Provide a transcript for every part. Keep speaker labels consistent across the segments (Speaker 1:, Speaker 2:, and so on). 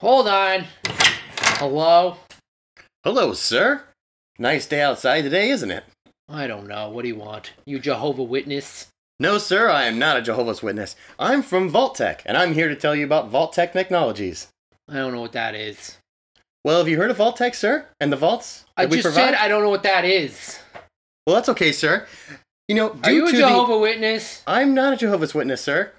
Speaker 1: Hold on. Hello?
Speaker 2: Hello, sir. Nice day outside today, isn't it?
Speaker 1: I don't know. What do you want? You Jehovah Witness?
Speaker 2: No, sir, I am not a Jehovah's Witness. I'm from Vault Tech, and I'm here to tell you about Vault Tech Technologies.
Speaker 1: I don't know what that is.
Speaker 2: Well, have you heard of Vault Tech, sir? And the vaults
Speaker 1: I
Speaker 2: that we
Speaker 1: just
Speaker 2: provide?
Speaker 1: said I don't know what that is.
Speaker 2: well, that's okay, sir. You know, due
Speaker 1: Are you a
Speaker 2: to
Speaker 1: Jehovah Witness?
Speaker 2: the I'm not a Jehovah's Witness, sir.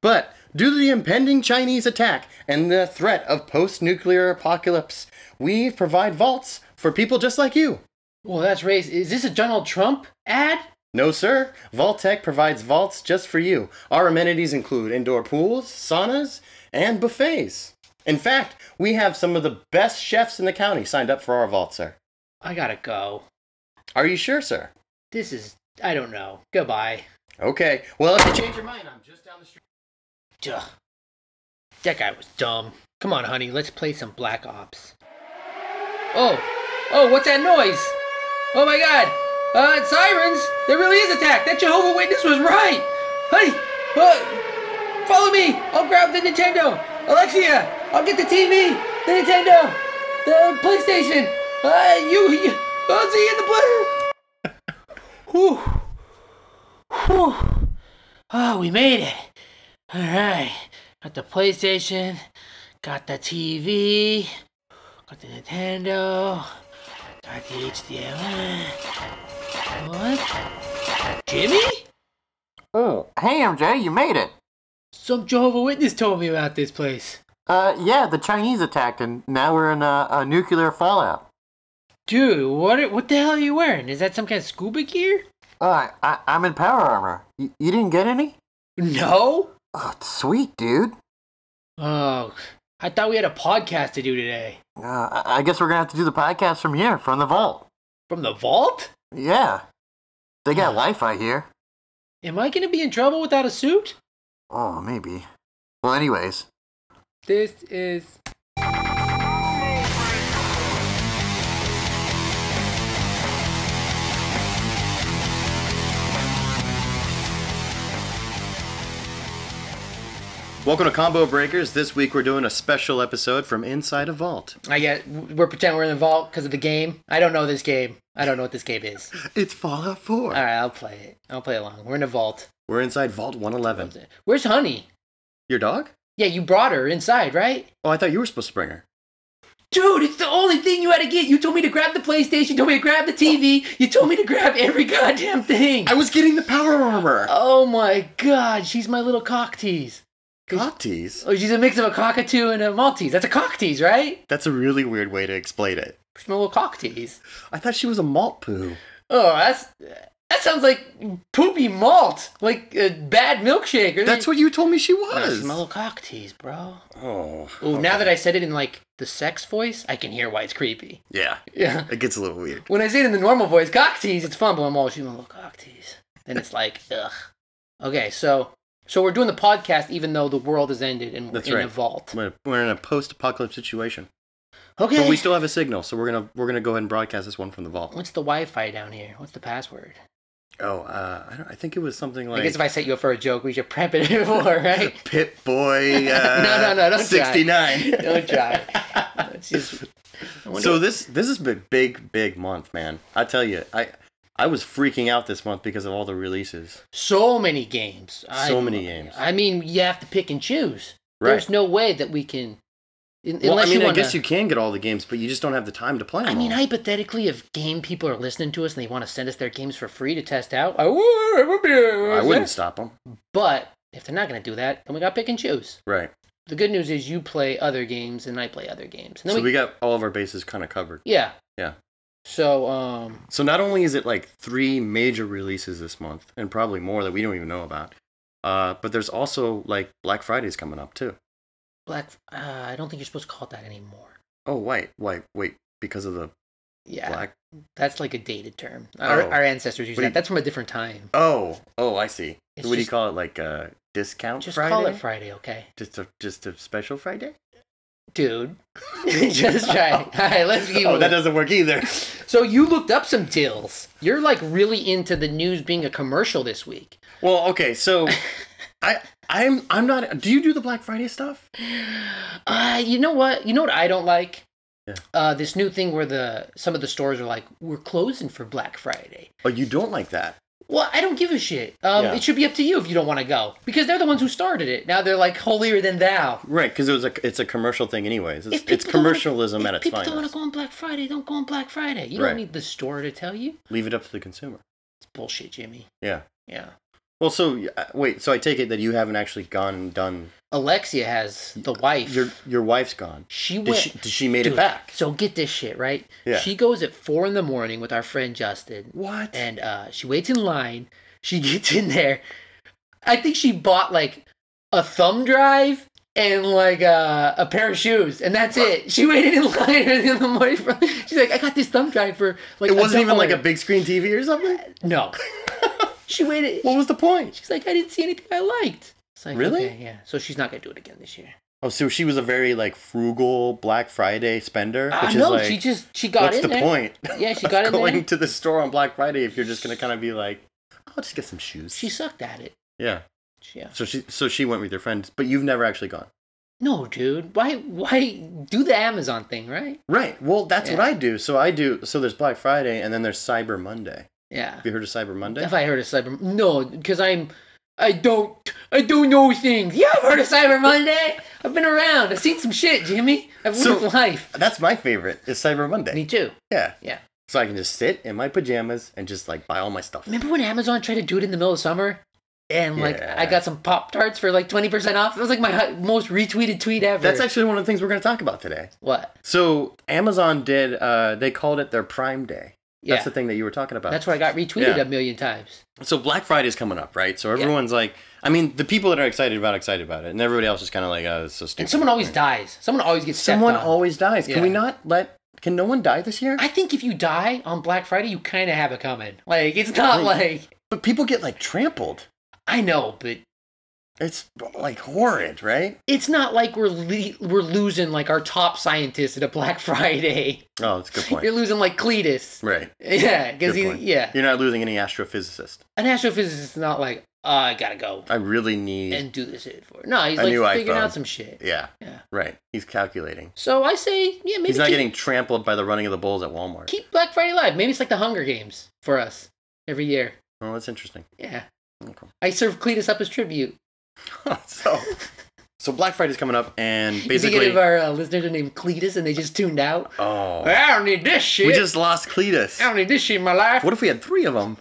Speaker 2: But due to the impending Chinese attack and the threat of post-nuclear apocalypse, we provide vaults for people just like you.
Speaker 1: Well, that's race. Is this a Donald Trump ad?
Speaker 2: No, sir. Vault Tech provides vaults just for you. Our amenities include indoor pools, saunas, and buffets. In fact, we have some of the best chefs in the county signed up for our vault, sir.
Speaker 1: I gotta go.
Speaker 2: Are you sure, sir?
Speaker 1: This is. I don't know. Goodbye.
Speaker 2: Okay. Well, if you change your mind, I'm just down the street.
Speaker 1: Duh. That guy was dumb. Come on, honey, let's play some Black Ops. Oh, oh, what's that noise? Oh my God! Uh, it's sirens. There really is attack. That Jehovah Witness was right, honey. Uh, follow me. I'll grab the Nintendo. Alexia, I'll get the TV, the Nintendo, the PlayStation. Uh, you, you I'll see you in the blue. Whew. Whew. Oh, we made it. All right, got the PlayStation, got the TV, got the Nintendo, got the HDMI. What? Jimmy?
Speaker 2: Oh, hey, MJ, you made it.
Speaker 1: Some Jehovah Witness told me about this place.
Speaker 2: Uh, yeah, the Chinese attacked, and now we're in a, a nuclear fallout.
Speaker 1: Dude, what are- what the hell are you wearing? Is that some kind of scuba gear?
Speaker 2: Uh, I, I'm in power armor. Y- you didn't get any?
Speaker 1: No.
Speaker 2: Oh, sweet, dude.
Speaker 1: Oh, I thought we had a podcast to do today
Speaker 2: Uh, I- I guess we're gonna have to do the podcast from here, from the vault.
Speaker 1: from the vault.
Speaker 2: Yeah. They got Wi-Fi here.
Speaker 1: Am I gonna be in trouble without a suit?
Speaker 2: Oh, maybe. Well, anyways.
Speaker 1: This is
Speaker 2: Welcome to Combo Breakers. This week we're doing a special episode from inside a vault.
Speaker 1: I guess we're pretending we're in the vault because of the game. I don't know this game. I don't know what this game is.
Speaker 2: It's Fallout 4.
Speaker 1: All right, I'll play it. I'll play along. We're in a vault.
Speaker 2: We're inside Vault 111.
Speaker 1: Where's Honey?
Speaker 2: Your dog?
Speaker 1: Yeah, you brought her inside, right?
Speaker 2: Oh, I thought you were supposed to bring her.
Speaker 1: Dude, it's the only thing you had to get. You told me to grab the PlayStation, you told me to grab the TV, you told me to grab every goddamn thing.
Speaker 2: I was getting the power armor.
Speaker 1: Oh my god, she's my little cock tease.
Speaker 2: Cock tease?
Speaker 1: Oh, she's a mix of a cockatoo and a Maltese. That's a cock tease, right?
Speaker 2: That's a really weird way to explain it.
Speaker 1: She's my little cock tease.
Speaker 2: I thought she was a malt poo.
Speaker 1: Oh, that's that sounds like poopy malt, like a bad milkshake. Or
Speaker 2: That's what you told me she
Speaker 1: Nice
Speaker 2: was.
Speaker 1: Mellow cock tease, bro.
Speaker 2: Oh.
Speaker 1: Ooh, now that I said it in like the sex voice, I can hear why it's creepy.
Speaker 2: Yeah,
Speaker 1: Yeah.
Speaker 2: it gets a little weird.
Speaker 1: When I say it in the normal voice, cock tease, it's fun, but I'm always using little cock tease. Then it's like, ugh. Okay, so so we're doing the podcast even though the world has ended and we're
Speaker 2: That's
Speaker 1: in
Speaker 2: right.
Speaker 1: a vault.
Speaker 2: We're we're in a post-apocalypse situation,
Speaker 1: Okay.
Speaker 2: but we still have a signal, so we're gonna we're gonna go ahead and broadcast this one from the vault.
Speaker 1: What's the Wi-Fi down here? What's the password?
Speaker 2: Oh, uh, I, don't, I think it was something like
Speaker 1: I guess if I set you up for a joke, we should prep it before, right?
Speaker 2: Pit Boy. Uh,
Speaker 1: No, no, no, don't try.
Speaker 2: sixty nine.
Speaker 1: Don't try. It's just, I wonder-
Speaker 2: So this this has been a big, big month, man. I tell you, I I was freaking out this month because of all the releases.
Speaker 1: so many games.
Speaker 2: So many games.
Speaker 1: I mean, you have to pick and choose.
Speaker 2: Right.
Speaker 1: There's no way that we can. In,
Speaker 2: well, I
Speaker 1: unless
Speaker 2: mean,
Speaker 1: you
Speaker 2: I
Speaker 1: want
Speaker 2: guess you can get all the games, but you just don't have the time to play them.
Speaker 1: I mean,
Speaker 2: all.
Speaker 1: hypothetically, if game people are listening to us and they want to send us their games for free to test out, I would. I would be.
Speaker 2: I wouldn't stop them.
Speaker 1: But if they're not going to do that, then we got to pick and choose.
Speaker 2: Right.
Speaker 1: The good news is you play other games and I play other games. And
Speaker 2: So
Speaker 1: then
Speaker 2: we, got all of our bases kind of covered.
Speaker 1: yeah.
Speaker 2: Yeah.
Speaker 1: So um,
Speaker 2: So not only is it like three major releases this month, and probably more that we don't even know about, uh, but there's also like Black Friday's coming up too.
Speaker 1: Black. Uh, I don't think you're supposed to call it that anymore.
Speaker 2: Oh wait, wait, wait, because of the
Speaker 1: Yeah,
Speaker 2: Black.
Speaker 1: that's like a dated term. Our,
Speaker 2: Oh.
Speaker 1: our ancestors used
Speaker 2: What do
Speaker 1: that.
Speaker 2: you-
Speaker 1: That's from a different time.
Speaker 2: Oh, oh, I see.
Speaker 1: It's
Speaker 2: what do you
Speaker 1: just-
Speaker 2: call it? Like uh, discount
Speaker 1: Just
Speaker 2: Friday?
Speaker 1: call it Friday, okay?
Speaker 2: Just a just a special Friday.
Speaker 1: Dude, just try. All right, let's keep.
Speaker 2: Oh, that
Speaker 1: moving.
Speaker 2: doesn't work either.
Speaker 1: so you looked up some deals. You're like really into the news being a commercial this week.
Speaker 2: Well, okay, so I I'm I'm not. Do you do the Black Friday stuff?
Speaker 1: Uh, you know what? You know what I don't like?
Speaker 2: Yeah.
Speaker 1: Uh, this new thing where the some of the stores are like, we're closing for Black Friday.
Speaker 2: Oh, you don't like that.
Speaker 1: Well, I don't give a shit. Um,
Speaker 2: Yeah.
Speaker 1: It should be up to you if you don't want to go because they're the ones who started it. Now they're like holier than thou.
Speaker 2: Right, because it was a it's a commercial thing, anyways. It's,
Speaker 1: If
Speaker 2: it's
Speaker 1: people don't wanna-
Speaker 2: commercialism
Speaker 1: if
Speaker 2: at its
Speaker 1: people don't want to
Speaker 2: finest.
Speaker 1: go on Black Friday. Don't go on Black Friday. You
Speaker 2: Right.
Speaker 1: don't need the store to tell you.
Speaker 2: Leave it up to the consumer.
Speaker 1: It's bullshit, Jimmy.
Speaker 2: Yeah.
Speaker 1: Yeah.
Speaker 2: Well, so uh, wait. So I take it that you haven't actually gone and done.
Speaker 1: Alexia has the wife.
Speaker 2: Your your wife's gone.
Speaker 1: she
Speaker 2: Did
Speaker 1: went.
Speaker 2: she, did she made it
Speaker 1: Dude,
Speaker 2: back?
Speaker 1: So get this shit right.
Speaker 2: Yeah.
Speaker 1: She goes at four in the morning with our friend Justin.
Speaker 2: What?
Speaker 1: and uh, she waits in line. She gets in there. I think she bought like a thumb drive and like uh, a pair of shoes, and that's it. She waited in line early in the morning. For, she's like, I got this thumb drive for like. Uh,
Speaker 2: it wasn't even like a
Speaker 1: dollar."
Speaker 2: big screen TV or something.
Speaker 1: no. she waited.
Speaker 2: What was the point?
Speaker 1: She's like, I didn't see anything I liked. It's like,
Speaker 2: Really?
Speaker 1: okay, yeah. So she's not gonna do it again this year.
Speaker 2: Oh, so she was a very like frugal Black Friday spender,
Speaker 1: Ah,
Speaker 2: which is
Speaker 1: no,
Speaker 2: like,
Speaker 1: she just she got
Speaker 2: what's
Speaker 1: in
Speaker 2: the
Speaker 1: there.
Speaker 2: point?
Speaker 1: Yeah, she
Speaker 2: of
Speaker 1: got in
Speaker 2: going
Speaker 1: there.
Speaker 2: to the store on Black Friday if you're just gonna kind of be like, I'll just get some shoes.
Speaker 1: She sucked at it.
Speaker 2: yeah.
Speaker 1: Yeah.
Speaker 2: So she so she went with your friends, but you've never actually gone.
Speaker 1: No, dude. Why? Why do the Amazon thing, right?
Speaker 2: Right. Well, that's what
Speaker 1: Yeah.
Speaker 2: I do. So I do. So there's Black Friday, and then there's Cyber Monday.
Speaker 1: Yeah.
Speaker 2: Have you heard of Cyber Monday?
Speaker 1: Have I heard of Cyber? No, because I'm, I don't, I don't know things. Yeah, I've heard of Cyber Monday. I've been around. I've seen some shit, Jimmy. I've
Speaker 2: So-
Speaker 1: lived life.
Speaker 2: That's my favorite. Is Cyber Monday.
Speaker 1: Me too.
Speaker 2: Yeah.
Speaker 1: Yeah.
Speaker 2: So I can just sit in my pajamas and just like buy all my stuff.
Speaker 1: Remember when Amazon tried to do it in the middle of summer, and like
Speaker 2: Yeah.
Speaker 1: I got some Pop Tarts for like twenty percent off. That was like my hi- most retweeted tweet ever.
Speaker 2: That's actually one of the things we're going to talk about today.
Speaker 1: what?
Speaker 2: So Amazon did. Uh, they called it their Prime Day.
Speaker 1: Yeah,
Speaker 2: That's the thing that you were talking about.
Speaker 1: that's where I got retweeted
Speaker 2: Yeah.
Speaker 1: a million times.
Speaker 2: so Black Friday's coming up, right? So everyone's like, I mean, the people that are excited about it, excited about it, and everybody else is kind of like, oh, it's so stupid.
Speaker 1: And someone always dies. Someone always gets stepped
Speaker 2: someone
Speaker 1: on.
Speaker 2: always dies. Can we
Speaker 1: Yeah.
Speaker 2: not let? Can no one die this year?
Speaker 1: I think if you die on Black Friday, you kind of have it coming. Like it's not
Speaker 2: Like-
Speaker 1: like
Speaker 2: but people get like trampled.
Speaker 1: I know, but
Speaker 2: It's like horrid, right?
Speaker 1: it's not like we're le- we're losing like our top scientist at a Black Friday.
Speaker 2: Oh, that's a good point.
Speaker 1: You're losing like Cletus.
Speaker 2: right.
Speaker 1: Yeah, because
Speaker 2: Good
Speaker 1: he
Speaker 2: point.
Speaker 1: yeah,
Speaker 2: You're not losing any astrophysicist.
Speaker 1: an astrophysicist is not like uh, I gotta go
Speaker 2: I really need.
Speaker 1: and do this shit for. It. No, he's
Speaker 2: A new
Speaker 1: like figuring
Speaker 2: iPhone.
Speaker 1: out some shit.
Speaker 2: yeah.
Speaker 1: Yeah.
Speaker 2: Right. He's calculating.
Speaker 1: So I say yeah, maybe
Speaker 2: He's not
Speaker 1: keep,
Speaker 2: getting trampled by the running of the bulls at Walmart.
Speaker 1: keep Black Friday live. Maybe it's like the Hunger Games for us every year.
Speaker 2: Oh, that's interesting.
Speaker 1: Yeah,
Speaker 2: Okay.
Speaker 1: I serve Cletus up as tribute.
Speaker 2: so, so Black Friday's coming up, and
Speaker 1: you think
Speaker 2: basically,
Speaker 1: if our uh, listeners are named Cletus and they just tuned out,
Speaker 2: oh,
Speaker 1: I don't need this shit.
Speaker 2: we just lost Cletus.
Speaker 1: I don't need this shit in my life.
Speaker 2: What if we had three of them,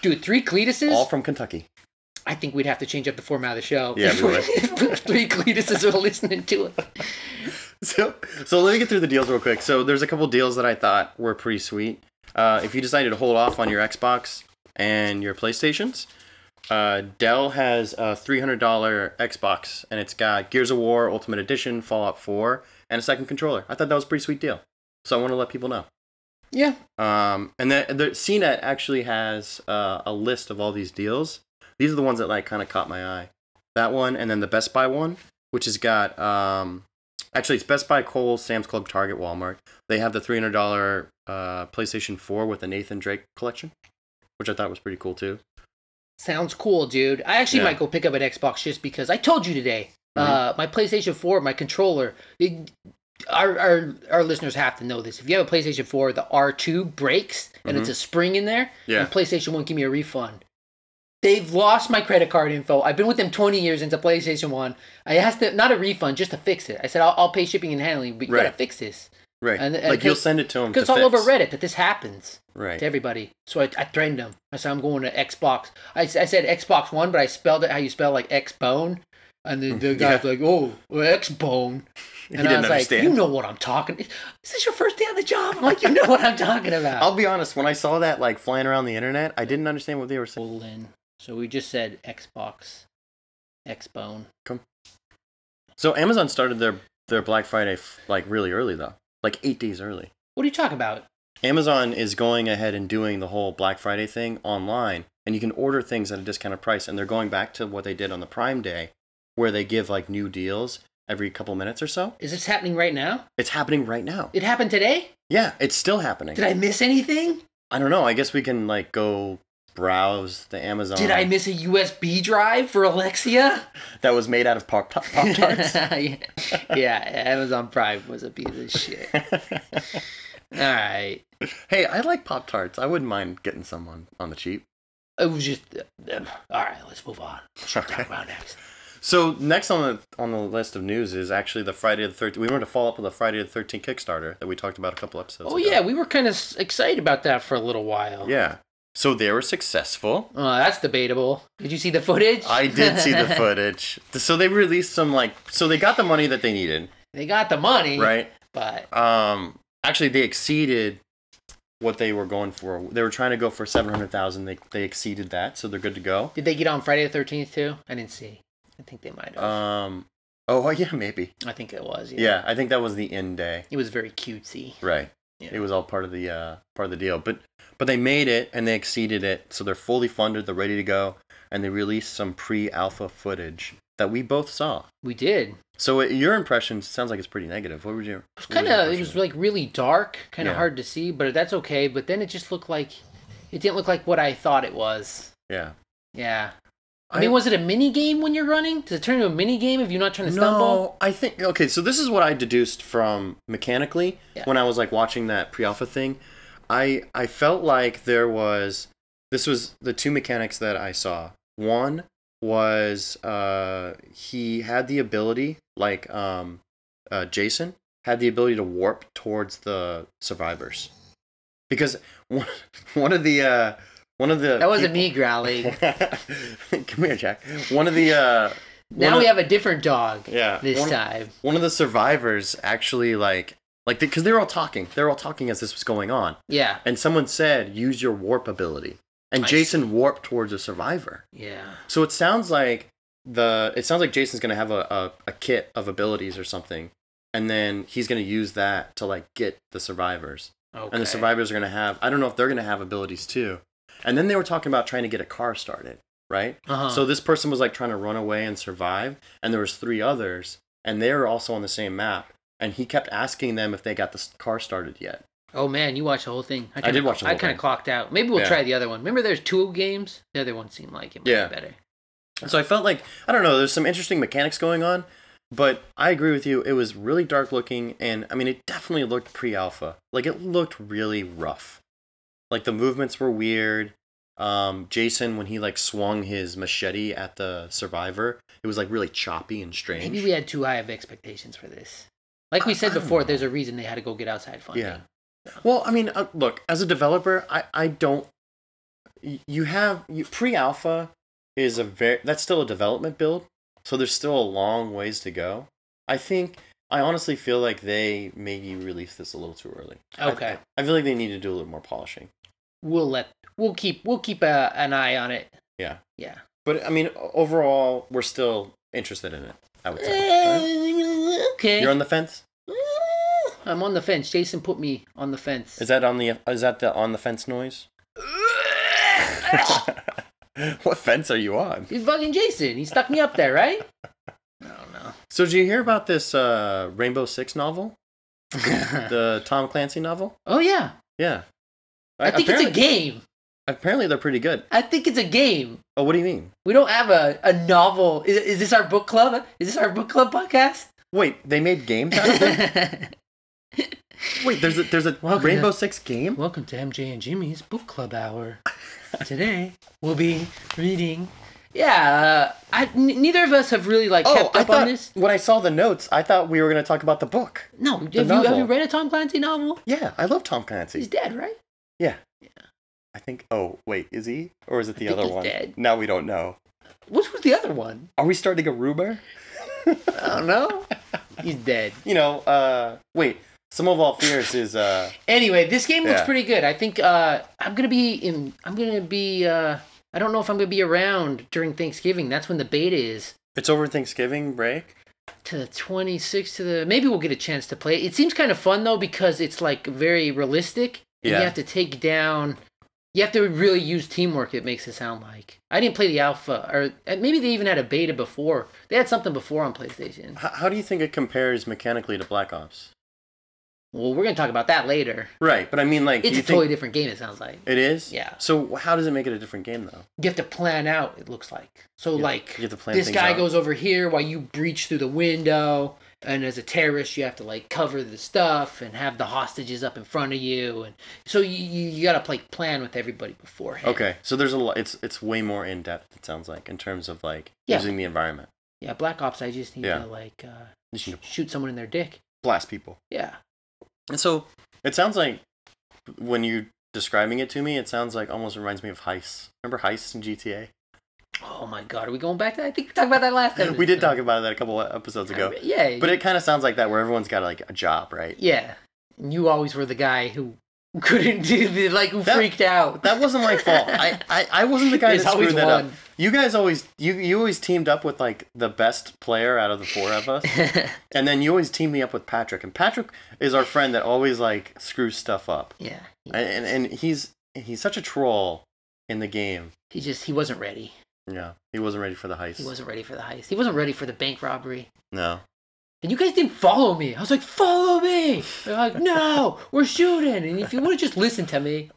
Speaker 1: Dude, three Cletuses.
Speaker 2: all from Kentucky?
Speaker 1: I think we'd have to change up the format of the show.
Speaker 2: Yeah, we would.
Speaker 1: Three Cletuses are listening to it.
Speaker 2: So, so let me get through the deals real quick. So, there's a couple deals that I thought were pretty sweet. Uh, if you decided to hold off on your Xbox and your PlayStations, uh, Dell has a $300 Xbox, and it's got Gears of War Ultimate Edition, Fallout 4, and a second controller. I thought that was a pretty sweet deal. So, I want to let people know.
Speaker 1: Yeah.
Speaker 2: Um, and the, the CNET actually has uh, a list of all these deals. These are the ones that like kind of caught my eye. That one, and then the Best Buy one, which has got um, actually it's Best Buy, Kohl's, Sam's Club, Target, Walmart. They have the three hundred dollar uh, PlayStation Four with the Nathan Drake collection, which I thought was pretty cool too.
Speaker 1: Sounds cool, dude. I actually
Speaker 2: Yeah. Mm-hmm.
Speaker 1: might go pick up an Xbox just because I told you today. Uh, my PlayStation 4, my controller. it- our, our our listeners have to know this. If you have a PlayStation 4, the R2 breaks and it's a spring in there.
Speaker 2: Mm-hmm. Yeah.
Speaker 1: And PlayStation 1 give me a refund. They've lost my credit card info. I've been with them 20 years into PlayStation 1. I asked them, not a refund, just to fix it. I said, I'll, I'll pay shipping and handling, but you
Speaker 2: Right.
Speaker 1: gotta fix this.
Speaker 2: Right,
Speaker 1: And- and
Speaker 2: like you'll
Speaker 1: 'cause-
Speaker 2: send it to them.
Speaker 1: Because it's all over Reddit that this happens
Speaker 2: Right,
Speaker 1: to everybody. So I, I threatened him. I said, I'm going to Xbox. I, s- I said Xbox One, but I spelled it how you spell like X Bone. And then the guy's like, oh, X Bone.
Speaker 2: Mm-hmm. He
Speaker 1: And I
Speaker 2: didn't
Speaker 1: was
Speaker 2: understand.
Speaker 1: like, you know what I'm talking Is this your first day on the job? I'm like, you know what I'm talking about.
Speaker 2: I'll be honest. When I saw that like flying around the internet, I didn't understand what they were saying.
Speaker 1: Colon. So we just said Xbox, X Bone.
Speaker 2: So Amazon started their their Black Friday f- like really early though, like eight days early.
Speaker 1: What are you talking about?
Speaker 2: Amazon is going ahead and doing the whole Black Friday thing online, and you can order things at a discounted price. And they're going back to what they did on the Prime Day, where they give like new deals every couple minutes or so.
Speaker 1: Is this happening right now?
Speaker 2: It's happening right now.
Speaker 1: It happened today?
Speaker 2: Yeah, it's still happening.
Speaker 1: Did I miss anything?
Speaker 2: I don't know. I guess we can like go browse the Amazon.
Speaker 1: Did I miss a USB drive for Alexia?
Speaker 2: That was made out of Pop Tarts.
Speaker 1: yeah, Amazon Prime was a piece of shit. All right.
Speaker 2: hey, I like Pop Tarts. I wouldn't mind getting some on, on the cheap.
Speaker 1: It was just. Uh, um, all right, let's move on.
Speaker 2: Okay.
Speaker 1: Talk about next.
Speaker 2: So next on the on the list of news is actually the Friday the thirteenth. We were to follow up with the Friday the thirteenth Kickstarter that we talked about a couple episodes.
Speaker 1: Oh,
Speaker 2: ago.
Speaker 1: yeah, we were kind of excited about that for a little while.
Speaker 2: yeah. So they were successful.
Speaker 1: Uh, that's debatable. Did you see the footage?
Speaker 2: I did see the footage. So they released some like so they got the money that they needed,
Speaker 1: they got the money,
Speaker 2: right?
Speaker 1: But
Speaker 2: Um, actually, they exceeded what they were going for. They were trying to go for seven hundred thousand. They they exceeded that, so they're good to go.
Speaker 1: did they get on Friday the Thirteenth too? I didn't see. I think they might have.
Speaker 2: Um, oh yeah, maybe.
Speaker 1: I think it was.
Speaker 2: Yeah, I think that was the end day.
Speaker 1: It was very cutesy.
Speaker 2: Right.
Speaker 1: Yeah.
Speaker 2: It was all part of the uh, part of the deal. But but they made it and they exceeded it, so they're fully funded. They're ready to go, and they released some pre-alpha footage that we both saw.
Speaker 1: We did. It
Speaker 2: So uh, your impression sounds like it's pretty negative. What would you?
Speaker 1: was kind of. It was like really dark, kind of
Speaker 2: Yeah.
Speaker 1: hard to see, but that's okay. But then it just looked like it didn't look like what I thought it was.
Speaker 2: yeah.
Speaker 1: Yeah. I,
Speaker 2: I-
Speaker 1: mean, was it a mini game when you're running? Does it turn into a mini game if you're not trying to stumble?
Speaker 2: No, I think okay. So this is what I deduced from mechanically
Speaker 1: Yeah.
Speaker 2: when I was like watching that pre-alpha thing. I I felt like there was this was the two mechanics that I saw. One was uh, he had the ability, like um, uh, Jason had the ability to warp towards the survivors, because one, one of the uh, one of the
Speaker 1: That wasn't me
Speaker 2: peop-
Speaker 1: growling.
Speaker 2: Come here, Jack. One of the uh,
Speaker 1: now
Speaker 2: of-
Speaker 1: we have a different dog
Speaker 2: yeah
Speaker 1: this
Speaker 2: one-
Speaker 1: time.
Speaker 2: one of the survivors actually like like because they were all talking they were all talking as this was going on
Speaker 1: Yeah.
Speaker 2: and someone said use your warp ability and
Speaker 1: I
Speaker 2: jason warped towards a survivor
Speaker 1: Yeah.
Speaker 2: so it sounds like the it sounds like jason's gonna have a, a, a kit of abilities or something and then he's gonna use that to like get the survivors
Speaker 1: Okay.
Speaker 2: and the survivors are gonna have i don't know if they're gonna have abilities too and then they were talking about trying to get a car started right
Speaker 1: Uh-huh.
Speaker 2: so this person was like trying to run away and survive, and there was three others, and they were also on the same map. And he kept asking them if they got the s- car started yet.
Speaker 1: oh man, you watched the whole thing.
Speaker 2: I did watch the
Speaker 1: I
Speaker 2: whole
Speaker 1: kind
Speaker 2: thing.
Speaker 1: of clocked out. Maybe we'll
Speaker 2: Yeah.
Speaker 1: try the other one. Remember, there's two games. The other one seemed like it might
Speaker 2: Yeah.
Speaker 1: be better.
Speaker 2: So I felt like I don't know. There's some interesting mechanics going on, but I agree with you. It was really dark looking, and I mean, it definitely looked pre-alpha. Like it looked really rough. Like the movements were weird. Um, Jason, when he like swung his machete at the survivor, it was like really choppy and strange.
Speaker 1: Maybe we had too high of expectations for this. Like we
Speaker 2: I-
Speaker 1: said
Speaker 2: I don't
Speaker 1: before,
Speaker 2: know.
Speaker 1: there's a reason they had to go get outside funding.
Speaker 2: Yeah. Well, I mean, uh, look, as a developer, I, I don't. y- You have you, pre-alpha is a very that's still a development build, so there's still a long ways to go. I think I honestly feel like they maybe released this a little too early. I-
Speaker 1: Okay.
Speaker 2: I, feel like they need to do a little more polishing.
Speaker 1: We'll let we'll keep we'll keep uh an eye on it.
Speaker 2: Yeah,
Speaker 1: Yeah.
Speaker 2: but I mean, o- overall, we're still interested in it. I would say.
Speaker 1: Okay.
Speaker 2: You're on the fence.
Speaker 1: I'm on the fence. Jason put me on the fence.
Speaker 2: Is that on the is that the on the fence noise? what fence are you on?
Speaker 1: He's fucking Jason. He stuck me up there, right? I don't
Speaker 2: So did you hear about this uh, Rainbow Six
Speaker 1: know.
Speaker 2: novel, the Tom Clancy novel?
Speaker 1: oh yeah.
Speaker 2: Yeah,
Speaker 1: I think it's a
Speaker 2: apparently,
Speaker 1: game.
Speaker 2: Apparently, they're pretty good.
Speaker 1: I think it's a game.
Speaker 2: Oh, what do you mean?
Speaker 1: We don't have a, a novel. Is, is this our book club? Is this our book club podcast?
Speaker 2: Wait, they made games out of them. Wait, there's a there's a
Speaker 1: Welcome
Speaker 2: Rainbow
Speaker 1: to-
Speaker 2: Six game.
Speaker 1: Welcome to MJ and Jimmy's book club hour. Today we'll be reading. Yeah, uh, I, n- neither of us have really like
Speaker 2: Oh,
Speaker 1: kept
Speaker 2: I
Speaker 1: up on
Speaker 2: thought
Speaker 1: this.
Speaker 2: when I saw the notes, I thought we were going to talk about the book.
Speaker 1: No, have you, have you
Speaker 2: novel.
Speaker 1: read a Tom Clancy novel?
Speaker 2: Yeah, I love Tom
Speaker 1: He's
Speaker 2: Clancy.
Speaker 1: dead, right?
Speaker 2: Yeah. I think. Oh, wait, is he or is it the
Speaker 1: think
Speaker 2: other
Speaker 1: he's
Speaker 2: one?
Speaker 1: dead.
Speaker 2: Now we don't know.
Speaker 1: Which was the other one?
Speaker 2: Are we starting a rumor?
Speaker 1: I don't know. He's dead.
Speaker 2: You know. uh Wait, some of all fears is. uh
Speaker 1: Anyway, this game looks
Speaker 2: Yeah.
Speaker 1: pretty good. I think uh, I'm gonna be in. I'm gonna be. Uh, I don't know if I'm gonna be around during Thanksgiving. That's when the beta is
Speaker 2: It's over Thanksgiving break.
Speaker 1: to the 26th to the. Maybe we'll get a chance to play. it. It seems kind of fun though because it's like very realistic. And
Speaker 2: Yeah.
Speaker 1: You have to take down. You have to really use teamwork. It makes it sound like I didn't play the alpha, or uh, maybe they even had a beta before. They had something before on PlayStation.
Speaker 2: H- how do you think it compares mechanically to Black Ops?
Speaker 1: Well, we're gonna talk about that later.
Speaker 2: Right, but I mean, like, do
Speaker 1: It's
Speaker 2: you
Speaker 1: a totally different game. It sounds like
Speaker 2: It is.
Speaker 1: Yeah.
Speaker 2: So how does it make it a different game though?
Speaker 1: you have to plan out. It looks like so
Speaker 2: You-
Speaker 1: like
Speaker 2: you have to plan
Speaker 1: this
Speaker 2: things
Speaker 1: guy
Speaker 2: out.
Speaker 1: goes over here while you breach through the window, and as a terrorist, you have to like cover the stuff and have the hostages up in front of you, and so you you, you gotta like plan with everybody beforehand.
Speaker 2: Okay. So there's a lot. It's it's way more in depth. It sounds like in terms of like
Speaker 1: Yeah.
Speaker 2: using the environment.
Speaker 1: Yeah, Black Ops. I just need
Speaker 2: Yeah.
Speaker 1: to like uh,
Speaker 2: You should
Speaker 1: shoot someone in their dick.
Speaker 2: blast people.
Speaker 1: Yeah.
Speaker 2: And so it sounds like when you describing it to me, it sounds like almost reminds me of heists. Remember heists in GTA?
Speaker 1: Oh my God, are we going back to? I think we talked about that last time.
Speaker 2: we did talk about that a couple episodes ago.
Speaker 1: Yeah.
Speaker 2: But it kind of sounds like that, where everyone's got like a job, right?
Speaker 1: yeah, and you always were the guy who couldn't do the like who
Speaker 2: That-
Speaker 1: freaked out.
Speaker 2: That wasn't my fault. I, I, I wasn't the guy
Speaker 1: There's
Speaker 2: that
Speaker 1: always
Speaker 2: screwed that up.
Speaker 1: one.
Speaker 2: You guys always you you always teamed up with like the best player out of the four of us. And then you always team me up with Patrick, and Patrick is our friend that always like screws stuff up,
Speaker 1: yeah. He,
Speaker 2: and and, and he's he's such a troll in the game.
Speaker 1: he just he wasn't ready.
Speaker 2: Yeah, he wasn't ready for the heist.
Speaker 1: He wasn't ready for the heist. He wasn't ready for the bank robbery.
Speaker 2: No,
Speaker 1: And you guys didn't follow me. I was like, follow me. They're like, no, we're shooting. And if you would have just listened to me.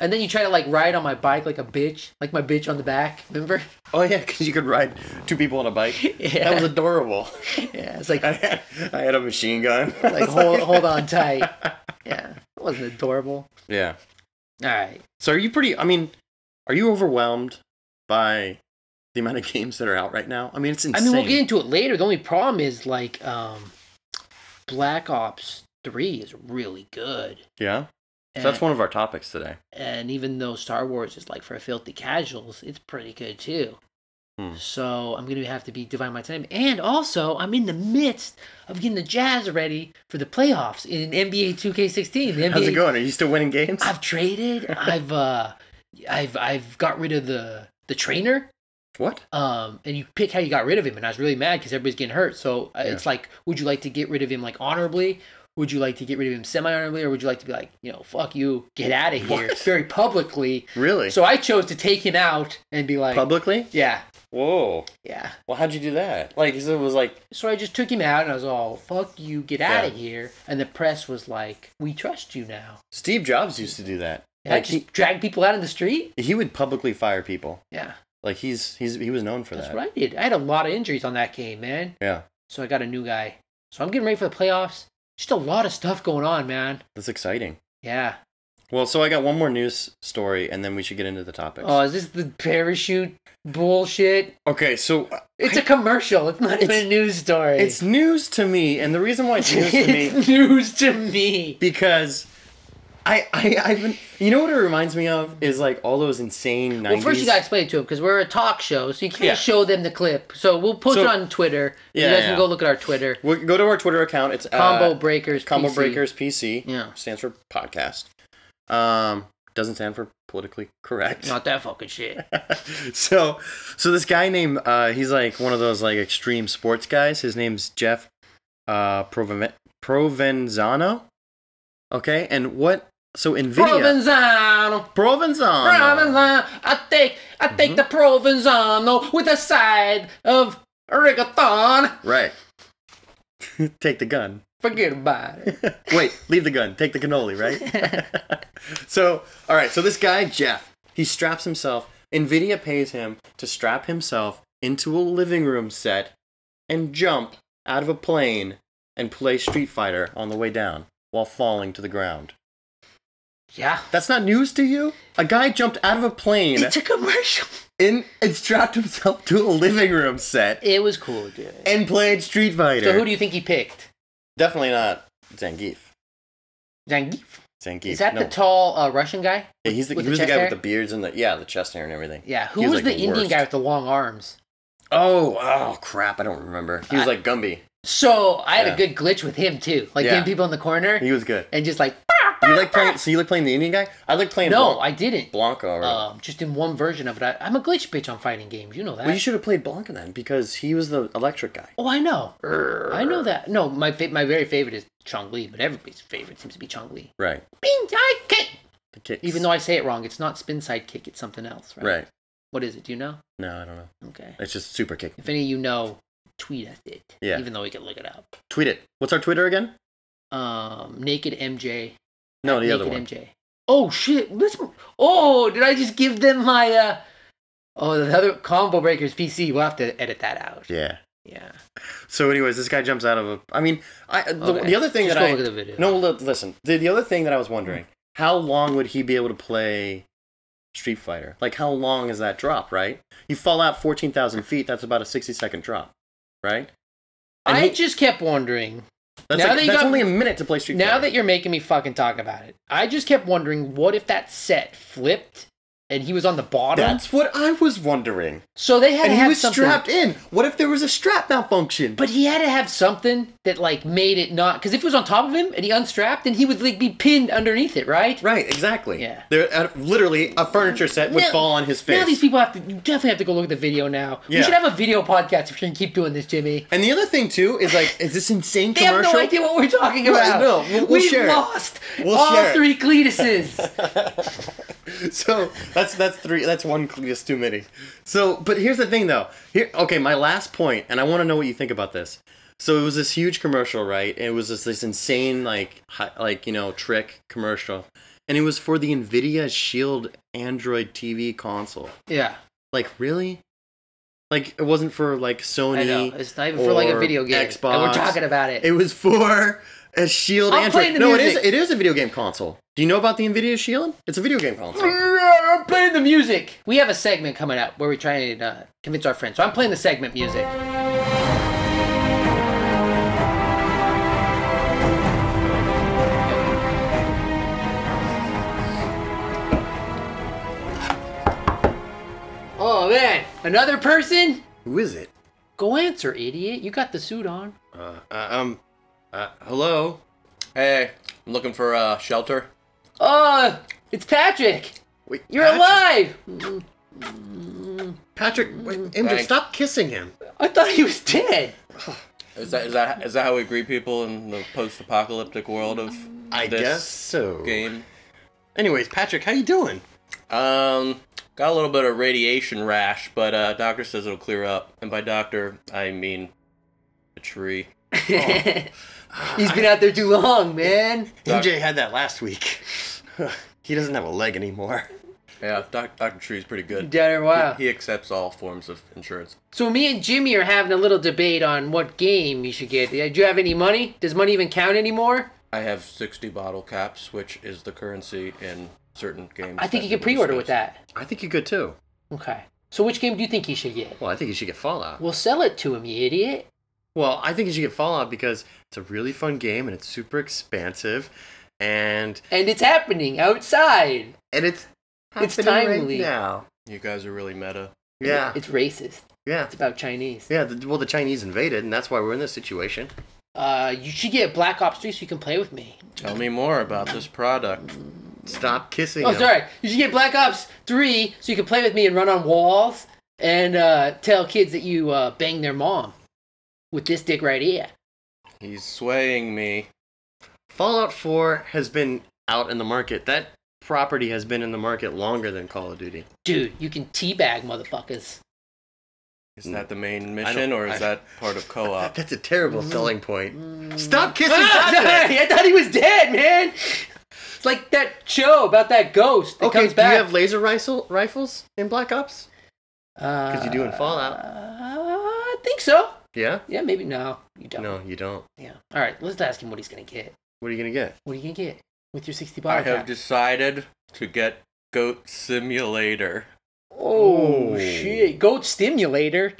Speaker 1: And then you try to like ride on my bike like a bitch, like my bitch on the back. Remember?
Speaker 2: oh yeah, because you could ride two people on a bike.
Speaker 1: Yeah.
Speaker 2: That was adorable.
Speaker 1: Yeah. It's like
Speaker 2: I had, I had a machine gun.
Speaker 1: like hold hold on tight. Yeah. That wasn't adorable.
Speaker 2: yeah.
Speaker 1: All right.
Speaker 2: So are you pretty? I mean, are you overwhelmed by the amount of games that are out right now? I mean, it's
Speaker 1: I
Speaker 2: insane.
Speaker 1: mean, we'll get into it later. The only problem is like um, Black Ops Three is really good.
Speaker 2: yeah. So that's
Speaker 1: And-
Speaker 2: one of our topics today.
Speaker 1: and even though Star Wars is like for filthy casuals, it's pretty good too.
Speaker 2: Hmm.
Speaker 1: So I'm gonna have to be dividing my time, and also I'm in the midst of getting the Jazz ready for the playoffs in NBA 2K16. The NBA,
Speaker 2: How's it going? Are you still winning games?
Speaker 1: I've traded. I've uh, I've I've got rid of the the trainer.
Speaker 2: what?
Speaker 1: Um, and you pick how you got rid of him, and I was really mad because everybody's getting hurt. So uh,
Speaker 2: Yeah.
Speaker 1: it's like, would you like to get rid of him like honorably? Would you like to get rid of him semi-honorably, or would you like to be like, you know, fuck you, get out of here,
Speaker 2: What?
Speaker 1: very publicly?
Speaker 2: Really?
Speaker 1: So I chose to take him out and be like,
Speaker 2: publicly?
Speaker 1: yeah,
Speaker 2: Whoa.
Speaker 1: yeah.
Speaker 2: Well, how'd you do that? Like, 'cause it was like,
Speaker 1: So I just took him out and I was all, fuck you, get out of
Speaker 2: Yeah.
Speaker 1: here. And the press was like, we trust you now.
Speaker 2: Steve Jobs used to do that.
Speaker 1: And I
Speaker 2: like,
Speaker 1: just dragged people out in the street.
Speaker 2: he, he would publicly fire people.
Speaker 1: Yeah,
Speaker 2: Like, he's, he's, he was known for
Speaker 1: that's
Speaker 2: that.
Speaker 1: what I did. I had a lot of injuries on that game, man.
Speaker 2: Yeah.
Speaker 1: So I got a new guy. So I'm getting ready for the playoffs. Just a lot of stuff going on, man.
Speaker 2: That's exciting.
Speaker 1: Yeah.
Speaker 2: Well, so I got one more news story and then we should get into the topics.
Speaker 1: Oh, is this the parachute bullshit?
Speaker 2: okay, so uh,
Speaker 1: It's a commercial. It's not even a news story.
Speaker 2: it's news to me. And the reason why it's news to me
Speaker 1: It's news to me.
Speaker 2: because I, I, I've been, you know what it reminds me of is like all those insane 90s.
Speaker 1: Well, first you gotta explain it to them because we're a talk show, so you can't
Speaker 2: Yeah.
Speaker 1: show them the clip. So we'll post
Speaker 2: So-
Speaker 1: it on Twitter.
Speaker 2: Yeah,
Speaker 1: you guys
Speaker 2: yeah.
Speaker 1: can go look at our Twitter.
Speaker 2: We'll go to our Twitter account. It's uh,
Speaker 1: Combo Breakers.
Speaker 2: Combo
Speaker 1: PC.
Speaker 2: Breakers PC.
Speaker 1: Yeah.
Speaker 2: Stands for podcast. Um, doesn't stand for politically correct.
Speaker 1: Not that fucking shit.
Speaker 2: so, so this guy named uh, he's like one of those like extreme sports guys. His name's Jeff uh, Proven- Provenzano. Okay, and what? So Nvidia
Speaker 1: Provenzano.
Speaker 2: Provenzano.
Speaker 1: Provenzano. I take I take the
Speaker 2: Mm-hmm.
Speaker 1: Provenzano with a side of rigatoni.
Speaker 2: Right. Take the gun.
Speaker 1: Forget about it.
Speaker 2: Wait, leave the gun. Take the cannoli, right? so, all right. So this guy Jeff, he straps himself. Nvidia pays him to strap himself into a living room set and jump out of a plane and play Street Fighter on the way down while falling to the ground.
Speaker 1: Yeah.
Speaker 2: That's not news to you? A guy jumped out of a plane
Speaker 1: It's a commercial.
Speaker 2: in and strapped himself to a living room set
Speaker 1: It was cool, dude.
Speaker 2: and played Street Fighter.
Speaker 1: So who do you think he picked?
Speaker 2: Definitely not Zangief.
Speaker 1: Zangief.
Speaker 2: Zangief.
Speaker 1: Is that
Speaker 2: no.
Speaker 1: the tall uh, Russian guy?
Speaker 2: Yeah, he's the,
Speaker 1: with
Speaker 2: he
Speaker 1: the
Speaker 2: was the
Speaker 1: chest
Speaker 2: guy
Speaker 1: hair?
Speaker 2: with the beards and the yeah, the chest hair and everything.
Speaker 1: Yeah. Who
Speaker 2: He
Speaker 1: was,
Speaker 2: like,
Speaker 1: the, Indian
Speaker 2: worst.
Speaker 1: guy with the long arms?
Speaker 2: Oh, oh crap! I don't remember. He was
Speaker 1: I-
Speaker 2: like Gumby.
Speaker 1: So I had
Speaker 2: Yeah.
Speaker 1: a good glitch with him too, like
Speaker 2: Yeah.
Speaker 1: getting people in the corner
Speaker 2: He was good.
Speaker 1: and just like.
Speaker 2: You like playing? So you like playing the Indian guy? I like playing.
Speaker 1: No,
Speaker 2: Blan-
Speaker 1: I didn't.
Speaker 2: Blanco. Or,
Speaker 1: Um, just in one version of it, I, I'm a glitch bitch on fighting games. You know that.
Speaker 2: well, you should have played Blanco then because he was the electric guy.
Speaker 1: oh, I know. I know that. No, my fa- my very favorite is Chong Li, but everybody's favorite seems to be Chong Li.
Speaker 2: Right.
Speaker 1: Spin side kick.
Speaker 2: The kicks.
Speaker 1: Even though I say it wrong, it's not spin side kick. It's something else, right?
Speaker 2: Right.
Speaker 1: What is it? Do you know?
Speaker 2: No, I don't know.
Speaker 1: Okay.
Speaker 2: It's just super kick.
Speaker 1: If any of you know, tweet us it.
Speaker 2: Yeah.
Speaker 1: Even though we can look it up.
Speaker 2: Tweet it. What's our Twitter again?
Speaker 1: um, Naked MJ.
Speaker 2: No, the
Speaker 1: Naked
Speaker 2: other one.
Speaker 1: MJ. Oh shit! Let's. Oh, did I just give them my? uh Oh, the other combo breakers PC. We'll have to edit that out.
Speaker 2: Yeah.
Speaker 1: Yeah.
Speaker 2: So, anyways, this guy jumps out of a. I mean, I the,
Speaker 1: Okay.
Speaker 2: the other thing
Speaker 1: Just
Speaker 2: that
Speaker 1: go
Speaker 2: I
Speaker 1: look at the video.
Speaker 2: no li- listen the, the other thing that I was wondering how long would he be able to play Street Fighter? Like how long is that drop? Right? You fall out fourteen thousand feet. That's about a sixty second drop, right? And
Speaker 1: I
Speaker 2: he-
Speaker 1: just kept wondering.
Speaker 2: That's,
Speaker 1: now
Speaker 2: like-
Speaker 1: that you
Speaker 2: that's
Speaker 1: got-
Speaker 2: only a minute to play Street
Speaker 1: Now
Speaker 2: Fighter.
Speaker 1: that you're making me fucking talk about it, I just kept wondering what if that set flipped and he was on the bottom.
Speaker 2: that's what I was wondering.
Speaker 1: so they had
Speaker 2: And
Speaker 1: to
Speaker 2: he
Speaker 1: have
Speaker 2: was
Speaker 1: something.
Speaker 2: strapped in. What if there was a strap malfunction?
Speaker 1: But he had to have something that like made it not because if it was on top of him and he unstrapped, then he would like be pinned underneath it, right?
Speaker 2: right, exactly.
Speaker 1: Yeah.
Speaker 2: There, uh, literally, a furniture set would
Speaker 1: Now-
Speaker 2: fall on his face.
Speaker 1: Now these people have to. You definitely have to go look at the video now.
Speaker 2: Yeah.
Speaker 1: We should have a video podcast if you're gonna keep doing this, Jimmy.
Speaker 2: and the other thing too is like, is this insane
Speaker 1: They have
Speaker 2: commercial?
Speaker 1: no idea what we're talking
Speaker 2: Right,
Speaker 1: about.
Speaker 2: no, we'll- we'll
Speaker 1: We've
Speaker 2: share it.
Speaker 1: lost
Speaker 2: We'll
Speaker 1: all
Speaker 2: share it.
Speaker 1: three Cletuses.
Speaker 2: so that's that's three that's one Cletus too many. So but here's the thing though. Here okay, my last point, and I want to know what you think about this. So it was this huge commercial, right? It was this this insane like hi, like you know trick commercial, and it was for the Nvidia Shield Android TV console.
Speaker 1: yeah,
Speaker 2: Like really? Like it wasn't for like Sony.
Speaker 1: I know. It's not even for like a
Speaker 2: or
Speaker 1: video game. And we're
Speaker 2: Xbox.
Speaker 1: talking about it.
Speaker 2: It was for a Shield
Speaker 1: I'm
Speaker 2: Android.
Speaker 1: playing the
Speaker 2: no, it
Speaker 1: music.
Speaker 2: is it is a video game console. Do you know about the Nvidia Shield? It's a video game console.
Speaker 1: Mm. I'm playing the music. We have a segment coming up where we try and uh, convince our friends. So I'm playing the segment music. Oh man, another person?
Speaker 2: Who is it?
Speaker 1: Go answer, idiot. You got the suit on.
Speaker 2: Uh, uh, um, uh, hello. Hey,
Speaker 3: I'm looking for uh, shelter.
Speaker 1: Oh, it's Patrick.
Speaker 2: wait,
Speaker 1: You're
Speaker 2: Patrick-
Speaker 1: alive.
Speaker 2: Patrick. Wait,
Speaker 1: Mm.
Speaker 2: Andrew,
Speaker 3: Thanks.
Speaker 2: stop kissing him.
Speaker 1: I thought he was dead.
Speaker 3: Is that is that is that how we greet people in the post-apocalyptic world of
Speaker 2: I
Speaker 3: this
Speaker 2: guess so.
Speaker 3: game?
Speaker 2: Anyways, Patrick, how you doing?
Speaker 3: Um, got a little bit of radiation rash, but uh, doctor says it'll clear up. And by doctor, I mean a tree.
Speaker 1: He's been out there too long, man.
Speaker 3: Doc-
Speaker 2: MJ had that last week. he doesn't have a leg anymore.
Speaker 3: Yeah, doc, Doctor Tree's pretty good.
Speaker 1: Down here a while.
Speaker 3: He accepts all forms of insurance.
Speaker 1: So me and Jimmy are having a little debate on what game you should get. Do you have any money? Does money even count anymore?
Speaker 3: I have 60 bottle caps, which is the currency in certain games.
Speaker 1: I think
Speaker 3: that
Speaker 1: you can
Speaker 3: we
Speaker 1: pre-order with
Speaker 3: discussed.
Speaker 1: that.
Speaker 2: I think you could too.
Speaker 1: Okay. So which game do you think he should get?
Speaker 2: Well, I think you should get Fallout.
Speaker 1: We'll sell it to him, you idiot.
Speaker 2: Well, I think you should get Fallout because it's a really fun game and it's super expansive, and
Speaker 1: And it's happening outside.
Speaker 2: and it's
Speaker 1: It's
Speaker 2: happening
Speaker 1: timely.
Speaker 2: right now.
Speaker 3: You guys are really meta.
Speaker 2: Yeah,
Speaker 1: It's racist.
Speaker 2: yeah,
Speaker 1: It's about Chinese.
Speaker 2: yeah. The, well, the Chinese invaded, and that's why we're in this situation.
Speaker 1: Uh, you should get Black Ops 3 so you can play with me.
Speaker 3: Tell me more about this product.
Speaker 2: Stop kissing.
Speaker 1: Oh,
Speaker 2: him.
Speaker 1: sorry. You should get Black Ops 3 so you can play with me and run on walls and uh, tell kids that you uh, banged their mom with this dick right here.
Speaker 3: He's swaying me.
Speaker 2: Fallout 4 has been out in the market. That property has been in the market longer than Call of Duty.
Speaker 1: Dude, you can teabag motherfuckers.
Speaker 3: Is that the main mission, or is
Speaker 2: I-
Speaker 3: that part of co-op?
Speaker 2: That's a terrible selling point. Stop kissing
Speaker 1: Ah,
Speaker 2: Patrick!
Speaker 1: sorry. I thought he was dead, man. It's like that show about that ghost that
Speaker 2: Okay,
Speaker 1: comes
Speaker 2: do you
Speaker 1: back.
Speaker 2: have laser rifle, rifles in Black Ops?
Speaker 1: Because
Speaker 2: Because you do in Fallout.
Speaker 1: Uh, I think so.
Speaker 2: Yeah?
Speaker 1: Yeah, maybe. No, you don't.
Speaker 2: No, you don't.
Speaker 1: Yeah. All right, let's ask him what he's going to get.
Speaker 2: What are you going to get?
Speaker 1: What are you going to get with your 60
Speaker 3: I
Speaker 1: bottle
Speaker 3: have
Speaker 1: cap?
Speaker 3: decided to get Goat Simulator.
Speaker 1: Oh,
Speaker 2: Ooh.
Speaker 1: shit. Goat stimulator.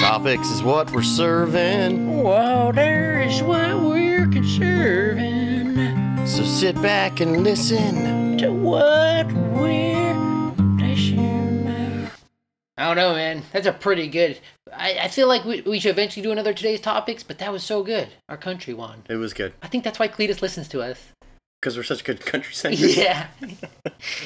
Speaker 2: Topics is what we're serving.
Speaker 1: Water is what we're conserving
Speaker 2: So sit back and listen.
Speaker 1: to what we're dishing. I don't know, man. That's a pretty good. I, I feel like we, we should eventually do another today's topics, but that was so good. Our country one.
Speaker 2: It was good.
Speaker 1: I think that's why Cletus listens to us.
Speaker 2: Because we're such good country centers.
Speaker 1: yeah.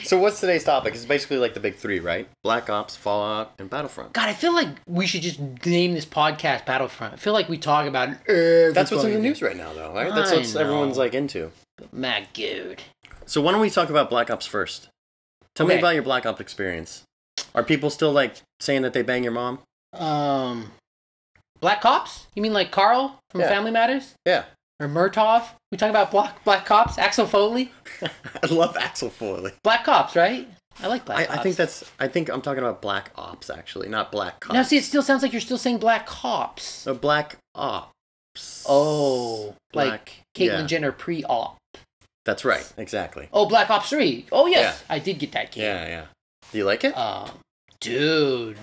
Speaker 2: So what's today's topic? It's basically like the big three, right? Black Ops, Fallout, and Battlefront.
Speaker 1: God, I feel like we should just name this podcast Battlefront. I feel like we talk about it every
Speaker 2: That's what's in the
Speaker 1: fucking
Speaker 2: news right now, though, right?
Speaker 1: I
Speaker 2: That's what
Speaker 1: know.
Speaker 2: everyone's like into.
Speaker 1: day. My dude.
Speaker 2: So why don't we talk about Black Ops first? Tell me
Speaker 1: Okay.
Speaker 2: about your Black Ops experience. Are people still like saying that they bang your mom?
Speaker 1: Um, Black Cops? You mean like Carl from
Speaker 2: Yeah.
Speaker 1: Family Matters?
Speaker 2: Yeah.
Speaker 1: or Murtov. We talking about black black cops, Axel Foley,
Speaker 2: I love Axel Foley.
Speaker 1: black cops, right? I like black.
Speaker 2: I, I
Speaker 1: cops.
Speaker 2: think that's. I think I'm talking about Black Ops actually, not Black Cops.
Speaker 1: Now, see, it still sounds like you're still saying black cops.
Speaker 2: a Black Ops.
Speaker 1: Oh,
Speaker 2: Black-
Speaker 1: like Caitlyn
Speaker 2: yeah.
Speaker 1: Jenner pre-op.
Speaker 2: that's right. Exactly.
Speaker 1: Oh, Black Ops Three. Oh yes, I did get that game.
Speaker 2: Yeah, yeah. Do you like it?
Speaker 1: Um, dude,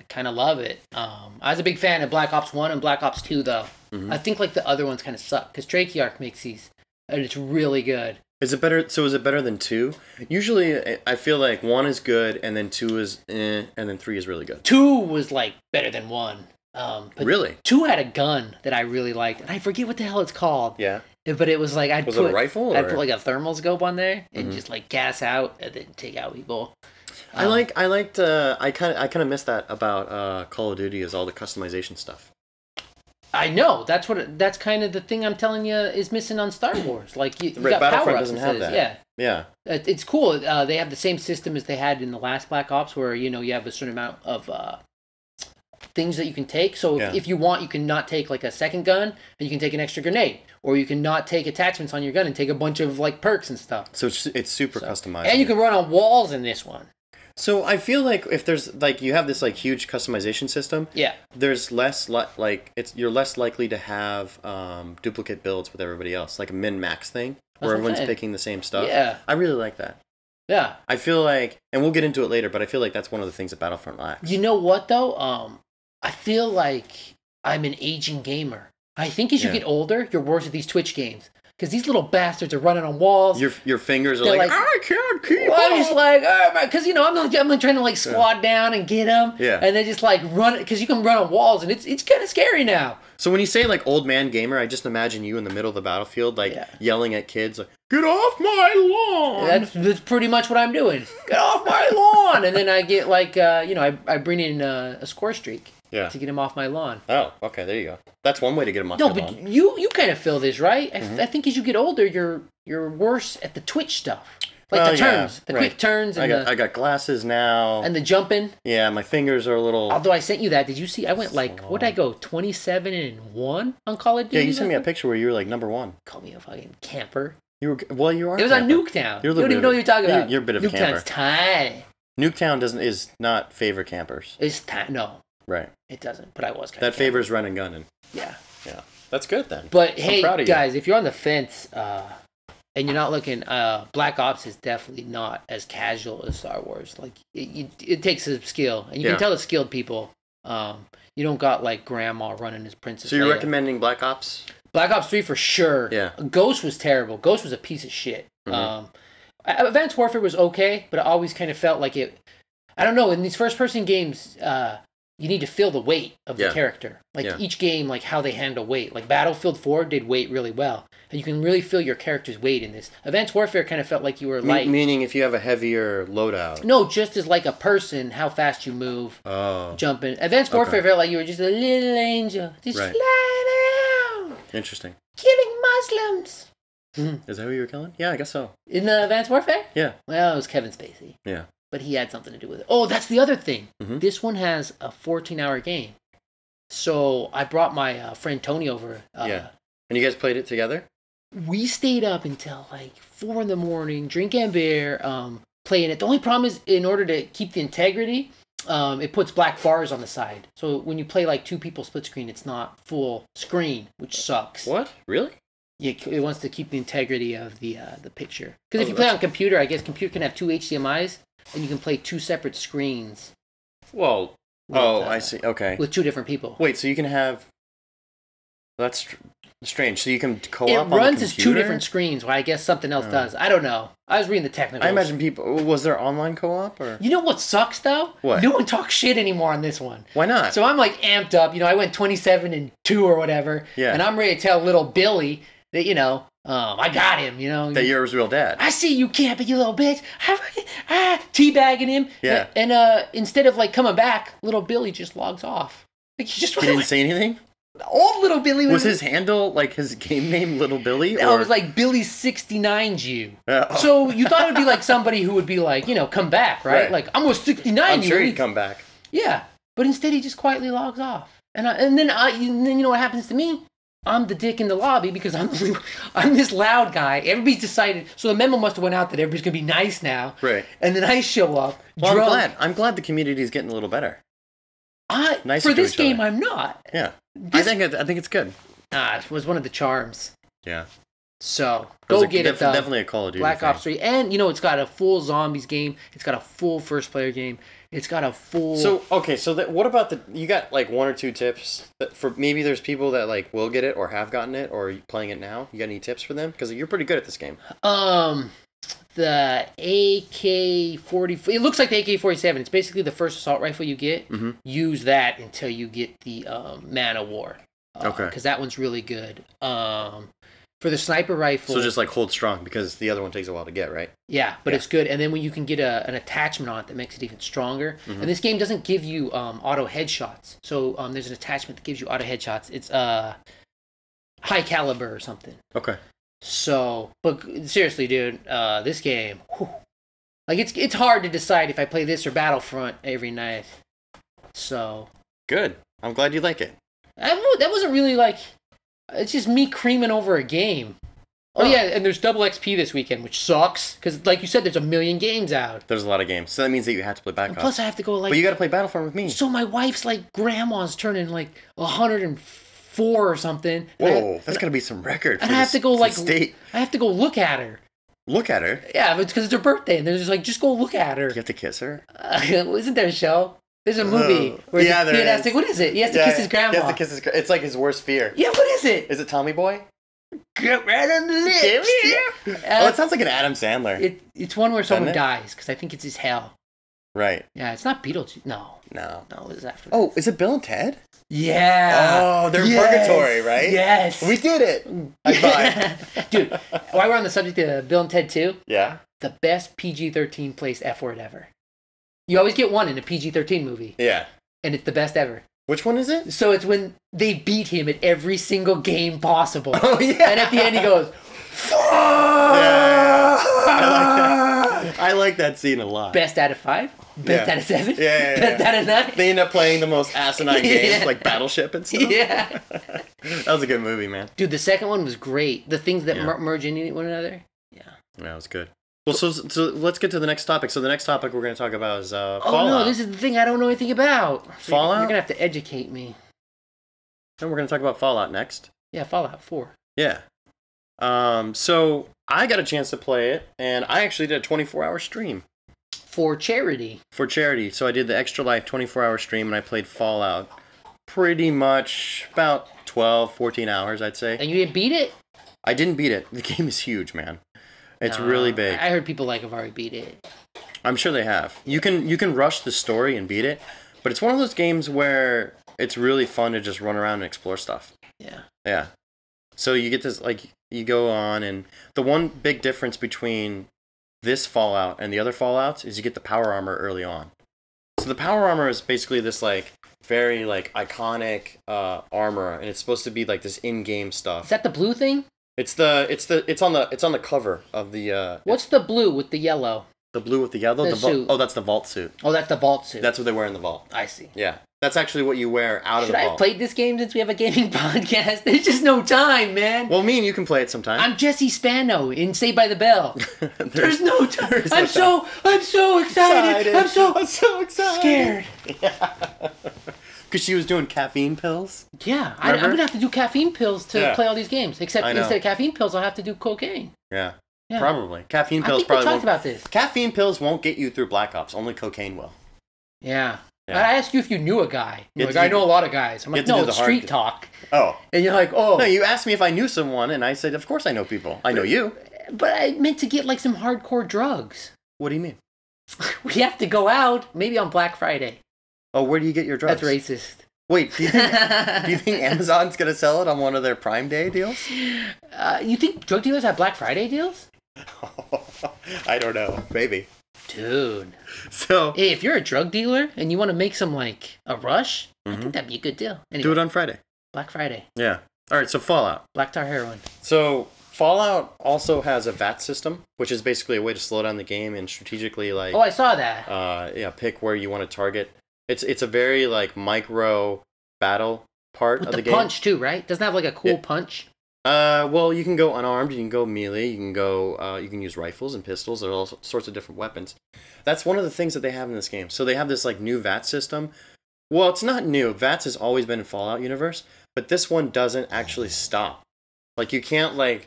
Speaker 1: I kind of love it. Um, I was a big fan of Black Ops One and Black Ops Two, though.
Speaker 2: Mhm.
Speaker 1: I think like the other ones kind of suck because Treyarch makes these, and it's really good.
Speaker 2: Is it better? So is it better than two? Usually, I- I feel like one is good, and then two is, eh, and then three is really good.
Speaker 1: Two was like better than one. Um, but
Speaker 2: Really?
Speaker 1: Two had a gun that I really liked, and I forget what the hell it's called.
Speaker 2: Yeah.
Speaker 1: But it was like I'd
Speaker 2: Was it
Speaker 1: put
Speaker 2: a rifle?
Speaker 1: I'd
Speaker 2: or- Mm-hmm.
Speaker 1: put like a thermal scope on there and just like gas out and then take out people.
Speaker 2: I
Speaker 1: um,
Speaker 2: like. I liked. Uh, I kind of. I kind of missed that about uh, Call of Duty is all the customization stuff.
Speaker 1: I know that's what it- that's kind of the thing I'm telling you is missing on Star Wars. Like you, you
Speaker 2: Right,
Speaker 1: got
Speaker 2: Battlefront
Speaker 1: power ups
Speaker 2: doesn't
Speaker 1: instead
Speaker 2: have
Speaker 1: of
Speaker 2: that.
Speaker 1: yeah.
Speaker 2: Yeah.
Speaker 1: It- It's cool. Uh, they have the same system as they had in the last Black Ops, where you know you have a certain amount of uh, things that you can take. So if,
Speaker 2: Yeah.
Speaker 1: if you want, you can not take like a second gun, and you can take an extra grenade, or you can not take attachments on your gun and take a bunch of like perks and stuff.
Speaker 2: So it's it's super customized.
Speaker 1: And you can run on walls in this one.
Speaker 2: So I feel like if there's like you have this like huge customization system,
Speaker 1: Yeah,
Speaker 2: there's less li- like it's you're less likely to have um, duplicate builds with everybody else, like a min max thing
Speaker 1: That's what
Speaker 2: where
Speaker 1: I'm
Speaker 2: everyone's
Speaker 1: saying.
Speaker 2: picking the same stuff.
Speaker 1: Yeah.
Speaker 2: I really like that.
Speaker 1: yeah.
Speaker 2: I feel like, and we'll get into it later, but I feel like that's one of the things that Battlefront lacks.
Speaker 1: You know what though? Um, I feel like I'm an aging gamer. I think as you
Speaker 2: Yeah.
Speaker 1: get older, you're worse at these Twitch games because these little bastards are running on walls.
Speaker 2: Your your fingers are
Speaker 1: They're
Speaker 2: like,
Speaker 1: like-
Speaker 2: I can't keep
Speaker 1: Well, I'm just
Speaker 2: up."
Speaker 1: like, oh my, because you know, I'm like, I'm like trying to like squat down and get them.
Speaker 2: Yeah.
Speaker 1: And they just like run, because you can run on walls, and it's it's kind of scary now.
Speaker 2: So when you say like old man gamer, I just imagine you in the middle of the battlefield, like
Speaker 1: Yeah.
Speaker 2: yelling at kids, like, "Get off my lawn!"
Speaker 1: That's that's pretty much what I'm doing. Get off my lawn! And then I get like, uh, you know, I I bring in uh, a score streak
Speaker 2: yeah.
Speaker 1: to get him off my lawn.
Speaker 2: Oh, okay. There you go. That's one way to get them off
Speaker 1: No,
Speaker 2: your
Speaker 1: but
Speaker 2: lawn.
Speaker 1: you you kind of feel this, right? I,
Speaker 2: Mm-hmm.
Speaker 1: I think as you get older, you're you're worse at the Twitch stuff, like
Speaker 2: Well,
Speaker 1: the
Speaker 2: yeah,
Speaker 1: turns, the
Speaker 2: right.
Speaker 1: quick turns,
Speaker 2: I
Speaker 1: and
Speaker 2: got
Speaker 1: the
Speaker 2: I got glasses now.
Speaker 1: and the jumping.
Speaker 2: yeah, my fingers are a little.
Speaker 1: Although I sent you that, did you see? I went like, what did I go? Twenty seven and one on Call of Duty.
Speaker 2: yeah, you sent me
Speaker 1: I
Speaker 2: a picture where you were like number one.
Speaker 1: call me a fucking camper.
Speaker 2: You were well, you are.
Speaker 1: It was
Speaker 2: camper.
Speaker 1: on Nuketown.
Speaker 2: You're
Speaker 1: you don't
Speaker 2: a little
Speaker 1: even know what
Speaker 2: bit
Speaker 1: you're
Speaker 2: of-
Speaker 1: talking
Speaker 2: you're-
Speaker 1: about.
Speaker 2: you're a bit of
Speaker 1: Nuketown's
Speaker 2: camper.
Speaker 1: tiny.
Speaker 2: Nuketown doesn't is not favor campers.
Speaker 1: It's tiny. No,
Speaker 2: Right.
Speaker 1: it doesn't. But I was kind
Speaker 2: That
Speaker 1: of
Speaker 2: favors run and gunning.
Speaker 1: Yeah.
Speaker 2: Yeah, that's good then.
Speaker 1: But
Speaker 2: I'm
Speaker 1: hey,
Speaker 2: proud of you.
Speaker 1: guys, if you're on the fence uh, and you're not looking, uh, Black Ops is definitely not as casual as Star Wars. Like it, you, it takes a skill, and you
Speaker 2: Yeah.
Speaker 1: can tell the skilled people. Um, you don't got like grandma running as princess.
Speaker 2: So you're
Speaker 1: Leia.
Speaker 2: recommending Black Ops?
Speaker 1: Black Ops Three for sure.
Speaker 2: Yeah. Mm-hmm.
Speaker 1: Ghost was terrible. Ghost was a piece of shit. Um, A- Advanced Warfare was okay, but it always kind of felt like it. I don't know. In these first-person games, uh, you need to feel the weight of
Speaker 2: Yeah.
Speaker 1: the character. Like
Speaker 2: Yeah.
Speaker 1: each game, like how they handle weight. Like Battlefield Four did weight really well, and you can really feel your character's weight in this. Advanced Warfare kind of felt like you were
Speaker 2: Me-
Speaker 1: like
Speaker 2: meaning if you have a heavier loadout.
Speaker 1: no, just as like a person, how fast you move,
Speaker 2: Oh,
Speaker 1: jumping. Advanced Warfare felt like you were just a little angel, just
Speaker 2: Right.
Speaker 1: flying out,
Speaker 2: interesting.
Speaker 1: killing Muslims.
Speaker 2: Is that who you were killing? Yeah, I guess so.
Speaker 1: In the Advanced Warfare?
Speaker 2: Yeah.
Speaker 1: Well, it was Kevin Spacey,
Speaker 2: Yeah.
Speaker 1: but he had something to do with it. Oh, that's the other thing.
Speaker 2: Mhm.
Speaker 1: This one has a 14 hour game. So I brought my uh, friend Tony over. Uh,
Speaker 2: Yeah. And you guys played it together?
Speaker 1: We stayed up until like four in the morning, drinking beer, um, playing it. The only problem is, in order to keep the integrity, um, it puts black bars on the side. So when you play like two people split screen, it's not full screen, which sucks.
Speaker 2: What? Really?
Speaker 1: Yeah, c- it wants to keep the integrity of the uh, the picture. Because if
Speaker 2: Oh,
Speaker 1: you play
Speaker 2: that's-
Speaker 1: on computer, I guess computer can have two HDMI's, and you can play two separate screens
Speaker 2: Well.
Speaker 1: With,
Speaker 2: Oh,
Speaker 1: uh,
Speaker 2: I see. Okay.
Speaker 1: with two different people.
Speaker 2: Wait, so you can have. That's str- strange. So you can co-op
Speaker 1: it
Speaker 2: on the
Speaker 1: runs as two
Speaker 2: computer?
Speaker 1: different screens. Where I guess something else
Speaker 2: Oh.
Speaker 1: does. I don't know. I was reading the technical.
Speaker 2: I imagine people. Was there online co-op or
Speaker 1: You know what sucks though?
Speaker 2: What?
Speaker 1: No one talks shit anymore on this one.
Speaker 2: why not?
Speaker 1: So I'm like amped up. You know, I went 27 and two or whatever.
Speaker 2: Yeah.
Speaker 1: And I'm ready to tell little Billy that you know um, I got him. You know.
Speaker 2: that you're his real dad.
Speaker 1: I see you camping, you little bitch. ah, teabagging him.
Speaker 2: Yeah.
Speaker 1: And uh, instead of like coming back, little Billy just logs off. Like he just
Speaker 2: He
Speaker 1: went
Speaker 2: didn't
Speaker 1: away.
Speaker 2: say anything.
Speaker 1: old little Billy
Speaker 2: Was his handle like his game name, Little Billy?
Speaker 1: No,
Speaker 2: or...
Speaker 1: it was like Billy 69'd you.
Speaker 2: Uh, oh,
Speaker 1: So you thought it would be like somebody who would be like, you know, come back, right?
Speaker 2: Right.
Speaker 1: Like I'm gonna 69
Speaker 2: I'm
Speaker 1: you.
Speaker 2: sure
Speaker 1: Let
Speaker 2: he'd
Speaker 1: me-
Speaker 2: come back.
Speaker 1: Yeah. But instead he just quietly logs off. And I, and then I and then you know what happens to me? I'm the dick in the lobby because I'm the only- I'm this loud guy. Everybody's decided. So the memo must have went out that everybody's gonna be nice now.
Speaker 2: Right.
Speaker 1: And then I show up.
Speaker 2: Well, I'm
Speaker 1: drunk.
Speaker 2: glad. I'm glad the community is getting a little better.
Speaker 1: I,
Speaker 2: Nice
Speaker 1: for
Speaker 2: to
Speaker 1: this
Speaker 2: each
Speaker 1: game,
Speaker 2: other.
Speaker 1: I'm not.
Speaker 2: Yeah. I
Speaker 1: This-
Speaker 2: think it, I think it's good.
Speaker 1: Ah, it was one of the charms.
Speaker 2: Yeah.
Speaker 1: So go
Speaker 2: was a-
Speaker 1: get
Speaker 2: def-
Speaker 1: it. Though.
Speaker 2: Definitely a Call of Duty.
Speaker 1: Black
Speaker 2: thing.
Speaker 1: Ops 3. And, you know, it's got a full zombies game. It's got a full first player game. It's got a full.
Speaker 2: So okay, so that what about the? You got like one or two tips that for maybe there's people that like will get it or have gotten it or are playing it now. You got any tips for them? Because you're pretty good at this game.
Speaker 1: um, the AK 40. It looks like the AK 47. It's basically the first assault rifle you get.
Speaker 2: Mhm.
Speaker 1: Use that until you get the um, Man of War.
Speaker 2: Okay.
Speaker 1: Because that one's really good. Um, for the sniper rifle.
Speaker 2: So just like hold strong because the other one takes a while to get, right?
Speaker 1: Yeah, but
Speaker 2: Yeah.
Speaker 1: it's good. And then when you can get a, an attachment on it that makes it even stronger.
Speaker 2: Mm-hmm.
Speaker 1: And this game doesn't give you um, auto headshots. So um, there's an attachment that gives you auto headshots. It's uh, high caliber or something.
Speaker 2: Okay.
Speaker 1: So, but g- seriously, dude, uh, this game, whew. like it's it's hard to decide if I play this or Battlefront every night. So
Speaker 2: Good. I'm glad you like it.
Speaker 1: I don't know, that wasn't really like it's just me creaming over a game. Oh
Speaker 2: Oh.
Speaker 1: yeah, and there's double XP this weekend, which sucks because, like you said, there's a million games out.
Speaker 2: There's a lot of games, so that means that you have to play Black
Speaker 1: And
Speaker 2: Ops.
Speaker 1: plus, I have to go like
Speaker 2: but you got to play Battlefront with me.
Speaker 1: So my wife's like grandma's turning like hundred and four or something. and I-
Speaker 2: Whoa, that's gonna be some record. For
Speaker 1: And I have
Speaker 2: this-
Speaker 1: to go
Speaker 2: this
Speaker 1: like
Speaker 2: state.
Speaker 1: I have to go look at her.
Speaker 2: Look at her.
Speaker 1: Yeah, but it's because it's her birthday, and they're just like, just go look at her.
Speaker 2: You have to kiss her.
Speaker 1: Uh, Isn't there a show? There's a movie
Speaker 2: Oh,
Speaker 1: where
Speaker 2: yeah,
Speaker 1: the
Speaker 2: there
Speaker 1: kid has
Speaker 2: is.
Speaker 1: to. What is it? He has to kiss his grandma.
Speaker 2: He has to kiss his. gra- It's like his worst fear.
Speaker 1: yeah, what is it?
Speaker 2: Is it Tommy Boy?
Speaker 1: Get right on the lips.
Speaker 2: Oh,
Speaker 1: Uh,
Speaker 2: it sounds like an Adam Sandler.
Speaker 1: it, it's one where someone
Speaker 2: it?
Speaker 1: dies because I think it's his hell.
Speaker 2: right.
Speaker 1: Yeah, it's not Beetlejuice. No,
Speaker 2: No.
Speaker 1: no, it was after.
Speaker 2: Oh, is it Bill and Ted?
Speaker 1: yeah.
Speaker 2: oh, they're in
Speaker 1: Yes.
Speaker 2: purgatory, right?
Speaker 1: Yes.
Speaker 2: We did it. High five.
Speaker 1: Dude, while we're on the subject of Bill and Ted 2,
Speaker 2: yeah.
Speaker 1: the best PG 13 placed F word ever. You always get one in a PG 13 movie,
Speaker 2: Yeah.
Speaker 1: and it's the best ever.
Speaker 2: Which one is it?
Speaker 1: So it's when they beat him at every single game possible.
Speaker 2: Oh yeah.
Speaker 1: and at the end, he goes,
Speaker 2: Yeah. I like that. I like that scene a lot.
Speaker 1: best out of five, best
Speaker 2: Yeah.
Speaker 1: out of seven,
Speaker 2: Yeah, yeah, yeah.
Speaker 1: best out of nine.
Speaker 2: They end up playing the most asinine games
Speaker 1: Yeah.
Speaker 2: like Battleship and stuff.
Speaker 1: yeah.
Speaker 2: That was a good movie, man.
Speaker 1: Dude, the second one was great. The things that
Speaker 2: Yeah.
Speaker 1: mer- merge into one another. Yeah.
Speaker 2: That was good. Well, so, so let's get to the next topic. So the next topic we're going to talk about is uh,
Speaker 1: Oh,
Speaker 2: Fallout.
Speaker 1: no, this is the thing I don't know anything about. So you're-
Speaker 2: Fallout?
Speaker 1: You're going to have to educate me.
Speaker 2: And we're going to talk about Fallout next.
Speaker 1: Yeah, Fallout 4.
Speaker 2: Yeah. Um, so I got a chance to play it, and I actually did a 24 hour stream
Speaker 1: For charity.
Speaker 2: for charity. So I did the Extra Life 24 hour stream, and I played Fallout pretty much about 12, 14 hours, I'd say.
Speaker 1: And you didn't beat it?
Speaker 2: I didn't beat it. The game is huge, man. It's really
Speaker 1: Uh,
Speaker 2: big.
Speaker 1: I heard people like have already beat it.
Speaker 2: I'm sure they have. You can you can rush the story and beat it, but it's one of those games where it's really fun to just run around and explore stuff.
Speaker 1: Yeah.
Speaker 2: Yeah. So you get this like you go on and the one big difference between this Fallout and the other Fallouts is you get the power armor early on. So the power armor is basically this like very like iconic uh armor and it's supposed to be like this in-game
Speaker 1: Is
Speaker 2: stuff.
Speaker 1: that the blue thing?
Speaker 2: It's the it's the it's on the it's on the cover of the uh
Speaker 1: What's the blue with the yellow?
Speaker 2: the blue with the yellow
Speaker 1: The
Speaker 2: the vault
Speaker 1: suit.
Speaker 2: oh that's the vault suit.
Speaker 1: Oh, that's the vault suit.
Speaker 2: That's what they wear in the vault.
Speaker 1: I see.
Speaker 2: Yeah. That's actually what you wear out of
Speaker 1: Should
Speaker 2: the
Speaker 1: I have
Speaker 2: vault.
Speaker 1: played this game since we have a gaming podcast? There's just no time, man.
Speaker 2: well, me and you can play it sometime.
Speaker 1: I'm Jesse Spano in Saved by the Bell. There's no time.
Speaker 2: there's no
Speaker 1: I'm so I'm so excited. I'm so
Speaker 2: I'm so excited.
Speaker 1: scared.
Speaker 2: Because she was doing caffeine pills.
Speaker 1: Yeah, I, I'm
Speaker 2: Remember?
Speaker 1: gonna have to do caffeine pills to
Speaker 2: Yeah.
Speaker 1: play all these games. Except
Speaker 2: I know.
Speaker 1: instead of caffeine pills, I'll have to do cocaine.
Speaker 2: Yeah.
Speaker 1: Yeah.
Speaker 2: Probably. Caffeine
Speaker 1: I
Speaker 2: pills
Speaker 1: think we
Speaker 2: probably
Speaker 1: talked
Speaker 2: won't.
Speaker 1: about this.
Speaker 2: caffeine pills won't get you through Black Ops. Only cocaine will.
Speaker 1: Yeah.
Speaker 2: Yeah.
Speaker 1: I asked you if you knew a guy.
Speaker 2: You
Speaker 1: You're
Speaker 2: have
Speaker 1: like,
Speaker 2: to
Speaker 1: I
Speaker 2: do
Speaker 1: know a
Speaker 2: the-
Speaker 1: lot of guys. I'm
Speaker 2: you
Speaker 1: like,
Speaker 2: have to do
Speaker 1: no,
Speaker 2: the
Speaker 1: it's
Speaker 2: hard
Speaker 1: street
Speaker 2: d-
Speaker 1: talk.
Speaker 2: Oh.
Speaker 1: And you're like, oh,
Speaker 2: No, you asked me if I knew someone, and I said, of course I know people. I know you.
Speaker 1: but I meant to get like some hardcore drugs.
Speaker 2: What do you mean?
Speaker 1: We have to go out, maybe on Black Friday.
Speaker 2: Oh, where do you get your drugs?
Speaker 1: That's racist.
Speaker 2: Wait, do you think, do you think Amazon's going to sell it on one of their Prime Day deals?
Speaker 1: Uh, you think drug dealers have Black Friday deals?
Speaker 2: I don't know. Maybe.
Speaker 1: Dude.
Speaker 2: So,
Speaker 1: Hey, if you're a drug dealer and you want to make some like a rush, I
Speaker 2: Mm-hmm.
Speaker 1: think that'd be a good deal. Anyway,
Speaker 2: do it on Friday.
Speaker 1: Black Friday,
Speaker 2: Yeah. All right, so Fallout.
Speaker 1: Black Tar heroin.
Speaker 2: So Fallout also has a VAT system, which is basically a way to slow down the game and strategically like
Speaker 1: Oh, I saw that.
Speaker 2: uh yeah, pick where you want to target. It's it's a very like micro battle part
Speaker 1: With
Speaker 2: of
Speaker 1: the,
Speaker 2: the, game.
Speaker 1: punch too, right? Doesn't it have like a cool
Speaker 2: Yeah.
Speaker 1: punch.
Speaker 2: Uh, well, you can go unarmed, you can go melee, you can go, uh, you can use rifles and pistols. There are all s- sorts of different weapons. That's one of the things that they have in this game. So they have this like new VAT system. Well, it's not new. VATS has always been in Fallout universe, but this one doesn't actually stop. Like you can't like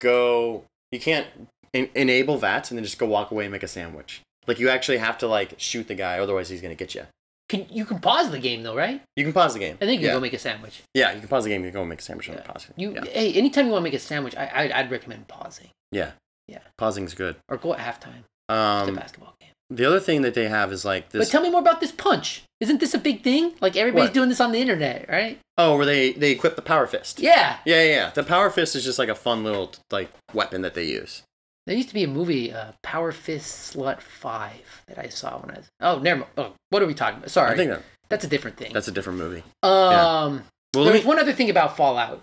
Speaker 2: go, you can't en- enable VATS and then just go walk away and make a sandwich. Like you actually have to like shoot the guy, otherwise he's gonna get you.
Speaker 1: Can you can pause the game though, right?
Speaker 2: You can pause the game.
Speaker 1: And then you can
Speaker 2: yeah.
Speaker 1: go make a sandwich.
Speaker 2: yeah, you can pause the game. You can go make a sandwich. and Pause. it.
Speaker 1: You
Speaker 2: yeah.
Speaker 1: hey, anytime you want to make a sandwich, I, I I'd recommend pausing
Speaker 2: yeah,
Speaker 1: Yeah.
Speaker 2: Pausing's good.
Speaker 1: or go at halftime. It's a
Speaker 2: Um,
Speaker 1: basketball game.
Speaker 2: The other thing that they have is like
Speaker 1: but
Speaker 2: this.
Speaker 1: tell me more about this punch. Isn't this a big thing? Like everybody's
Speaker 2: What?
Speaker 1: doing this on the internet, right?
Speaker 2: oh, where they they equip the power fist.
Speaker 1: Yeah.
Speaker 2: yeah, yeah. yeah. The power fist is just like a fun little like weapon that they use.
Speaker 1: There used to be a movie, uh, Power Fist Slut Five, that I saw when I was. Oh, never. Mind. Oh, what are we talking about? Sorry,
Speaker 2: I think that,
Speaker 1: that's a different thing.
Speaker 2: that's a different movie.
Speaker 1: um.
Speaker 2: Well,
Speaker 1: there
Speaker 2: let
Speaker 1: was
Speaker 2: me,
Speaker 1: one other thing about Fallout.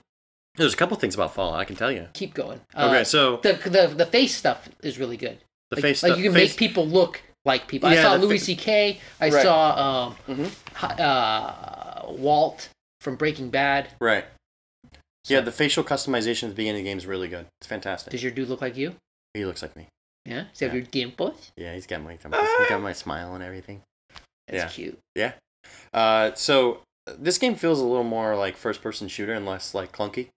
Speaker 2: there's a couple things about Fallout I can tell you.
Speaker 1: Keep going. Uh,
Speaker 2: Okay, so
Speaker 1: the, the the face stuff is really good.
Speaker 2: the
Speaker 1: like,
Speaker 2: face
Speaker 1: like
Speaker 2: stuff-
Speaker 1: you can
Speaker 2: face,
Speaker 1: make people look like people. I
Speaker 2: Yeah,
Speaker 1: saw
Speaker 2: the
Speaker 1: Louis
Speaker 2: fa-
Speaker 1: C.K. I
Speaker 2: Right.
Speaker 1: saw um,
Speaker 2: Mhm.
Speaker 1: hi- uh, Walt from Breaking Bad.
Speaker 2: right. Yeah, the facial customization at the beginning of the game is really good. It's fantastic.
Speaker 1: Does your dude look like you?
Speaker 2: He looks like me.
Speaker 1: Yeah, does he have
Speaker 2: Yeah.
Speaker 1: your dimples?
Speaker 2: Yeah, he's got my
Speaker 1: Ah!
Speaker 2: he got my smile and everything.
Speaker 1: That's
Speaker 2: Yeah.
Speaker 1: cute.
Speaker 2: Uh, so uh, this game feels a little more like first person shooter and less like clunky.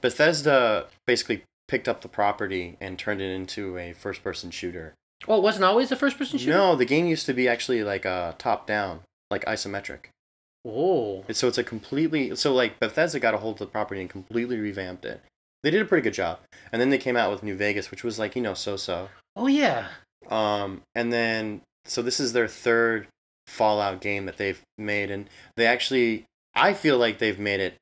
Speaker 2: Bethesda basically picked up the property and turned it into a first person shooter.
Speaker 1: Well, Oh, it wasn't always a first person shooter.
Speaker 2: No, the game used to be actually like uh, top down, like isometric.
Speaker 1: Oh,
Speaker 2: And So it's a completely so like Bethesda got a hold of the property and completely revamped it. They did a pretty good job. And then they came out with New Vegas, which was like, you know, so so.
Speaker 1: oh yeah.
Speaker 2: Um, and then so this is their third Fallout game that they've made, and they actually, I feel like they've made it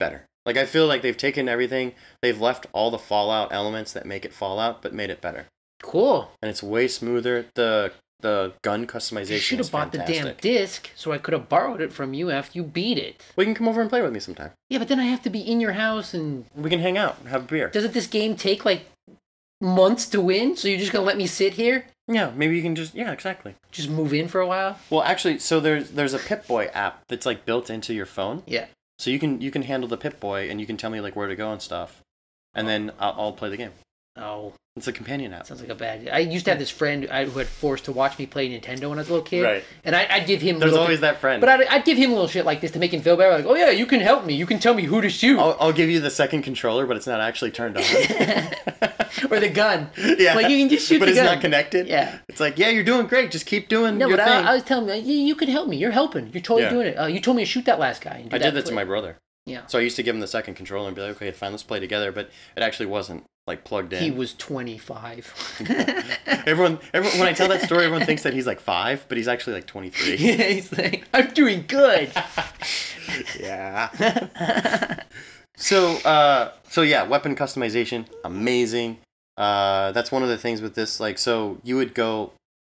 Speaker 2: better. Like I feel like they've taken everything, they've left all the Fallout elements that make it Fallout, but made it better,
Speaker 1: Cool.
Speaker 2: and it's way smoother. The the gun customization.
Speaker 1: You should have
Speaker 2: is
Speaker 1: bought the damn
Speaker 2: fantastic.
Speaker 1: disc so I could have borrowed it from you after you beat it.
Speaker 2: We can come over and play with me sometime.
Speaker 1: Yeah, but then I have to be in your house and
Speaker 2: We can hang out, and have a beer.
Speaker 1: doesn't this game take like months to win? So you're just gonna let me sit here,
Speaker 2: Yeah, maybe you can just yeah, exactly.
Speaker 1: just move in for a while?
Speaker 2: Well, actually, so there's there's a Pip Boy app that's like built into your phone.
Speaker 1: Yeah.
Speaker 2: So you can you can handle the Pip Boy, and you can tell me like where to go and stuff, and then I'll, I'll play the game.
Speaker 1: Oh,
Speaker 2: It's a companion app.
Speaker 1: sounds like a bad. I used to have this friend I, who had forced to watch me play Nintendo when I was a little kid,
Speaker 2: Right.
Speaker 1: and I, I'd give him.
Speaker 2: There's
Speaker 1: little
Speaker 2: always that friend.
Speaker 1: But I'd, I'd give him little shit like this to make him feel better. Like, oh yeah, you can help me. You can tell me who to shoot
Speaker 2: I'll, I'll give you the second controller, but it's not actually turned on.
Speaker 1: or the gun.
Speaker 2: yeah.
Speaker 1: Like you can just shoot
Speaker 2: But
Speaker 1: the
Speaker 2: it's
Speaker 1: gun.
Speaker 2: not connected.
Speaker 1: Yeah.
Speaker 2: It's like yeah, you're doing great. Just keep doing
Speaker 1: No,
Speaker 2: your
Speaker 1: but
Speaker 2: thing.
Speaker 1: I, I
Speaker 2: I,
Speaker 1: was telling him, like, you, you can help me. You're helping. You're totally
Speaker 2: Yeah.
Speaker 1: doing it. Uh, you told me to shoot that last guy. And do
Speaker 2: did that to
Speaker 1: flip.
Speaker 2: my brother.
Speaker 1: Yeah.
Speaker 2: So I used to give him the second controller and be like, okay, fine, let's play together. But it actually wasn't like plugged in.
Speaker 1: He was 25.
Speaker 2: Everyone, everyone, when I tell that story, everyone thinks that he's like five, but he's actually like 23.
Speaker 1: yeah, he's like, I'm doing good.
Speaker 2: yeah. so, uh, so yeah, weapon customization, amazing. Uh, that's one of the things with this. Like, so you would go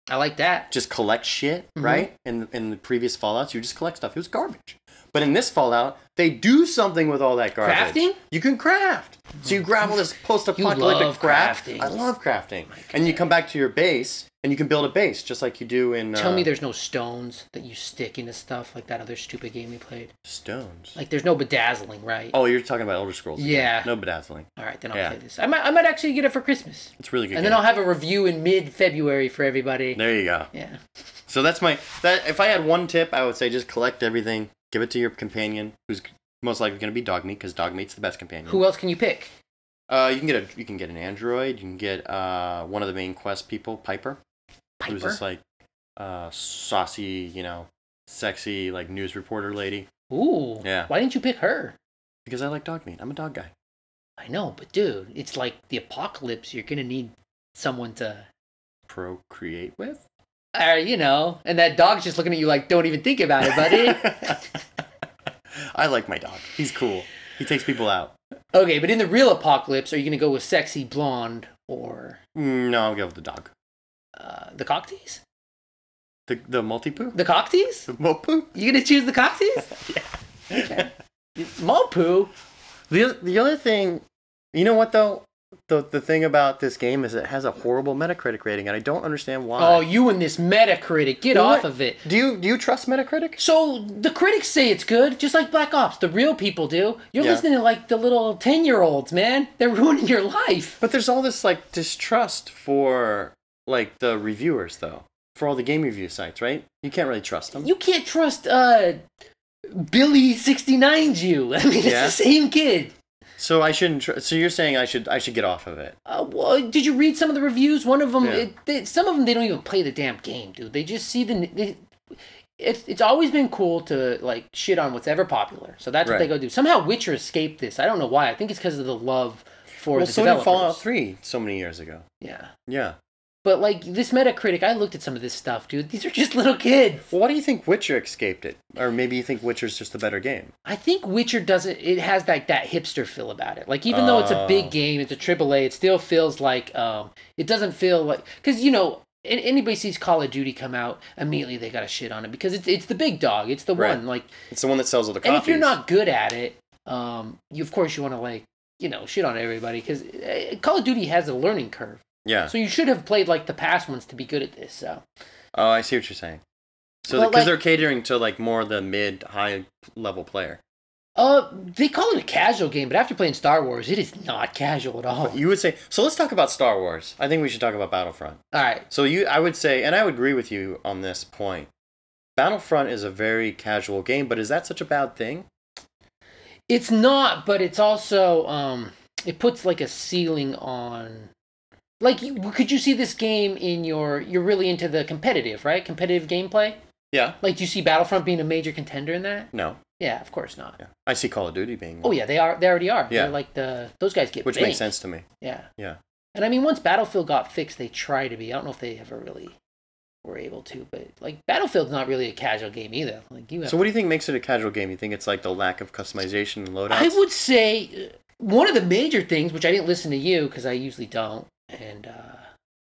Speaker 1: I like that.
Speaker 2: just collect shit,
Speaker 1: Mm-hmm.
Speaker 2: right? In in the previous Fallout's, you just collect stuff. It was garbage. But in this Fallout, they do something with all that garbage.
Speaker 1: Crafting?
Speaker 2: You can craft. So you grab all this
Speaker 1: You
Speaker 2: post-apocalyptic
Speaker 1: love
Speaker 2: crap.
Speaker 1: crafting. Oh
Speaker 2: I love crafting. and you come back to your base, and you can build a base just like you do in.
Speaker 1: Tell
Speaker 2: uh,
Speaker 1: me there's no stones that you stick into stuff like that other stupid game we played.
Speaker 2: stones.
Speaker 1: Like there's no bedazzling, right?
Speaker 2: Oh, you're talking about Elder Scrolls. again.
Speaker 1: Yeah.
Speaker 2: No bedazzling.
Speaker 1: All right, then I'll
Speaker 2: Yeah.
Speaker 1: play this. I might, I might actually get it for Christmas,
Speaker 2: It's really good.
Speaker 1: and then
Speaker 2: game.
Speaker 1: I'll have a review in mid-February for everybody.
Speaker 2: There you go.
Speaker 1: Yeah.
Speaker 2: So that's my that. If I had one tip, I would say just collect everything. Give it to your companion, who's most likely going to be dog meat, because dog meat's the best companion.
Speaker 1: Who else can you pick?
Speaker 2: Uh, you can get a you can get an android. You can get uh one of the main quest people, Piper, who's
Speaker 1: Piper.
Speaker 2: this like uh saucy, you know, sexy like news reporter lady.
Speaker 1: Ooh.
Speaker 2: Yeah.
Speaker 1: Why didn't you pick her?
Speaker 2: Because I like dog meat. I'm a dog guy.
Speaker 1: I know, but dude, it's like the apocalypse. You're gonna need someone to,
Speaker 2: Procreate with.
Speaker 1: or you know, and that dog's just looking at you like, don't even think about it, buddy.
Speaker 2: I like my dog. He's cool. He takes people out.
Speaker 1: okay, but in the real apocalypse, are you gonna go with sexy blonde or
Speaker 2: Mm, No, I'll go with the dog.
Speaker 1: uh, the cocktees?
Speaker 2: The the multi poo.
Speaker 1: The cocktees?
Speaker 2: The mopoo.
Speaker 1: You gonna choose the cocktees? yeah. Okay. Mopoo.
Speaker 2: The the other thing, you know what though, the the thing about this game is it has a horrible Metacritic rating, and I don't understand why.
Speaker 1: Oh, you and this Metacritic, get
Speaker 2: Well,
Speaker 1: off
Speaker 2: what-
Speaker 1: of it.
Speaker 2: Do you do you trust Metacritic?
Speaker 1: So the critics say it's good, just like Black Ops. The real people do. You're
Speaker 2: Yeah.
Speaker 1: listening to like the little ten year olds, man. They're ruining your life.
Speaker 2: But there's all this like distrust for like the reviewers though, for all the game review sites, right? You can't really trust them.
Speaker 1: You can't trust uh Billy sixty nine's you. I mean, it's
Speaker 2: Yeah.
Speaker 1: the same kid.
Speaker 2: so I shouldn't. Tr- so you're saying I should I should get off of it?
Speaker 1: Uh, well, did you read some of the reviews? One of them,
Speaker 2: Yeah.
Speaker 1: it, they, some of them, they don't even play the damn game, dude. They just see the. They, it's it's always been cool to like shit on what's ever popular, so that's what they
Speaker 2: Right.
Speaker 1: go do. Somehow Witcher escaped this. I don't know why. I think it's because of the love for
Speaker 2: Well,
Speaker 1: the
Speaker 2: so did
Speaker 1: developers.
Speaker 2: Fallout Three so many years ago.
Speaker 1: Yeah,
Speaker 2: Yeah.
Speaker 1: but like this Metacritic, I looked at some of this stuff, dude. These are just little kids.
Speaker 2: Well, why do you think Witcher escaped it? Or maybe you think Witcher's just a better game.
Speaker 1: I think Witcher doesn't. It has like that hipster feel about it. Like even though it's a big
Speaker 2: Oh.
Speaker 1: game, it's a triple A. It still feels like um. It doesn't feel like because you know an- anybody sees Call of Duty come out immediately they got to shit on it because it's it's the big dog. It's the
Speaker 2: Right.
Speaker 1: one like.
Speaker 2: It's the one that sells all the copies.
Speaker 1: And if you're not good at it, um, you of course you want to like you know shit on everybody because uh, Call of Duty has a learning curve.
Speaker 2: yeah.
Speaker 1: So you should have played like the past ones to be good at this. So.
Speaker 2: Oh, I see what you're saying. So
Speaker 1: But,
Speaker 2: because
Speaker 1: like-
Speaker 2: they're catering to like more the mid high level player,
Speaker 1: Uh, they call it a casual game, but after playing Star Wars, it is not casual at all.
Speaker 2: you would say. So let's talk about Star Wars. I think we should talk about Battlefront.
Speaker 1: All right,
Speaker 2: So you, I would say, and I would agree with you on this point. Battlefront is a very casual game, but is that such a bad thing?
Speaker 1: it's not, but it's also um, it puts like a ceiling on. Like, you, could you see this game in your? You're really into the competitive, right? Competitive gameplay.
Speaker 2: Yeah.
Speaker 1: Like, do you see Battlefront being a major contender in that?
Speaker 2: No.
Speaker 1: Yeah, of course not.
Speaker 2: Yeah. I see Call of Duty being,
Speaker 1: Oh yeah, they are. They already are.
Speaker 2: Yeah.
Speaker 1: They're like the those guys get
Speaker 2: which
Speaker 1: big.
Speaker 2: makes sense to me.
Speaker 1: Yeah.
Speaker 2: Yeah.
Speaker 1: And I mean, once Battlefield got fixed, they tried to be. I don't know if they ever really were able to, but like Battlefield's not really a casual game either. Like you have
Speaker 2: So what do you think makes it a casual game? You think it's like the lack of customization and loadouts?
Speaker 1: I would say uh, one of the major things, which I didn't listen to you because I usually don't, and uh,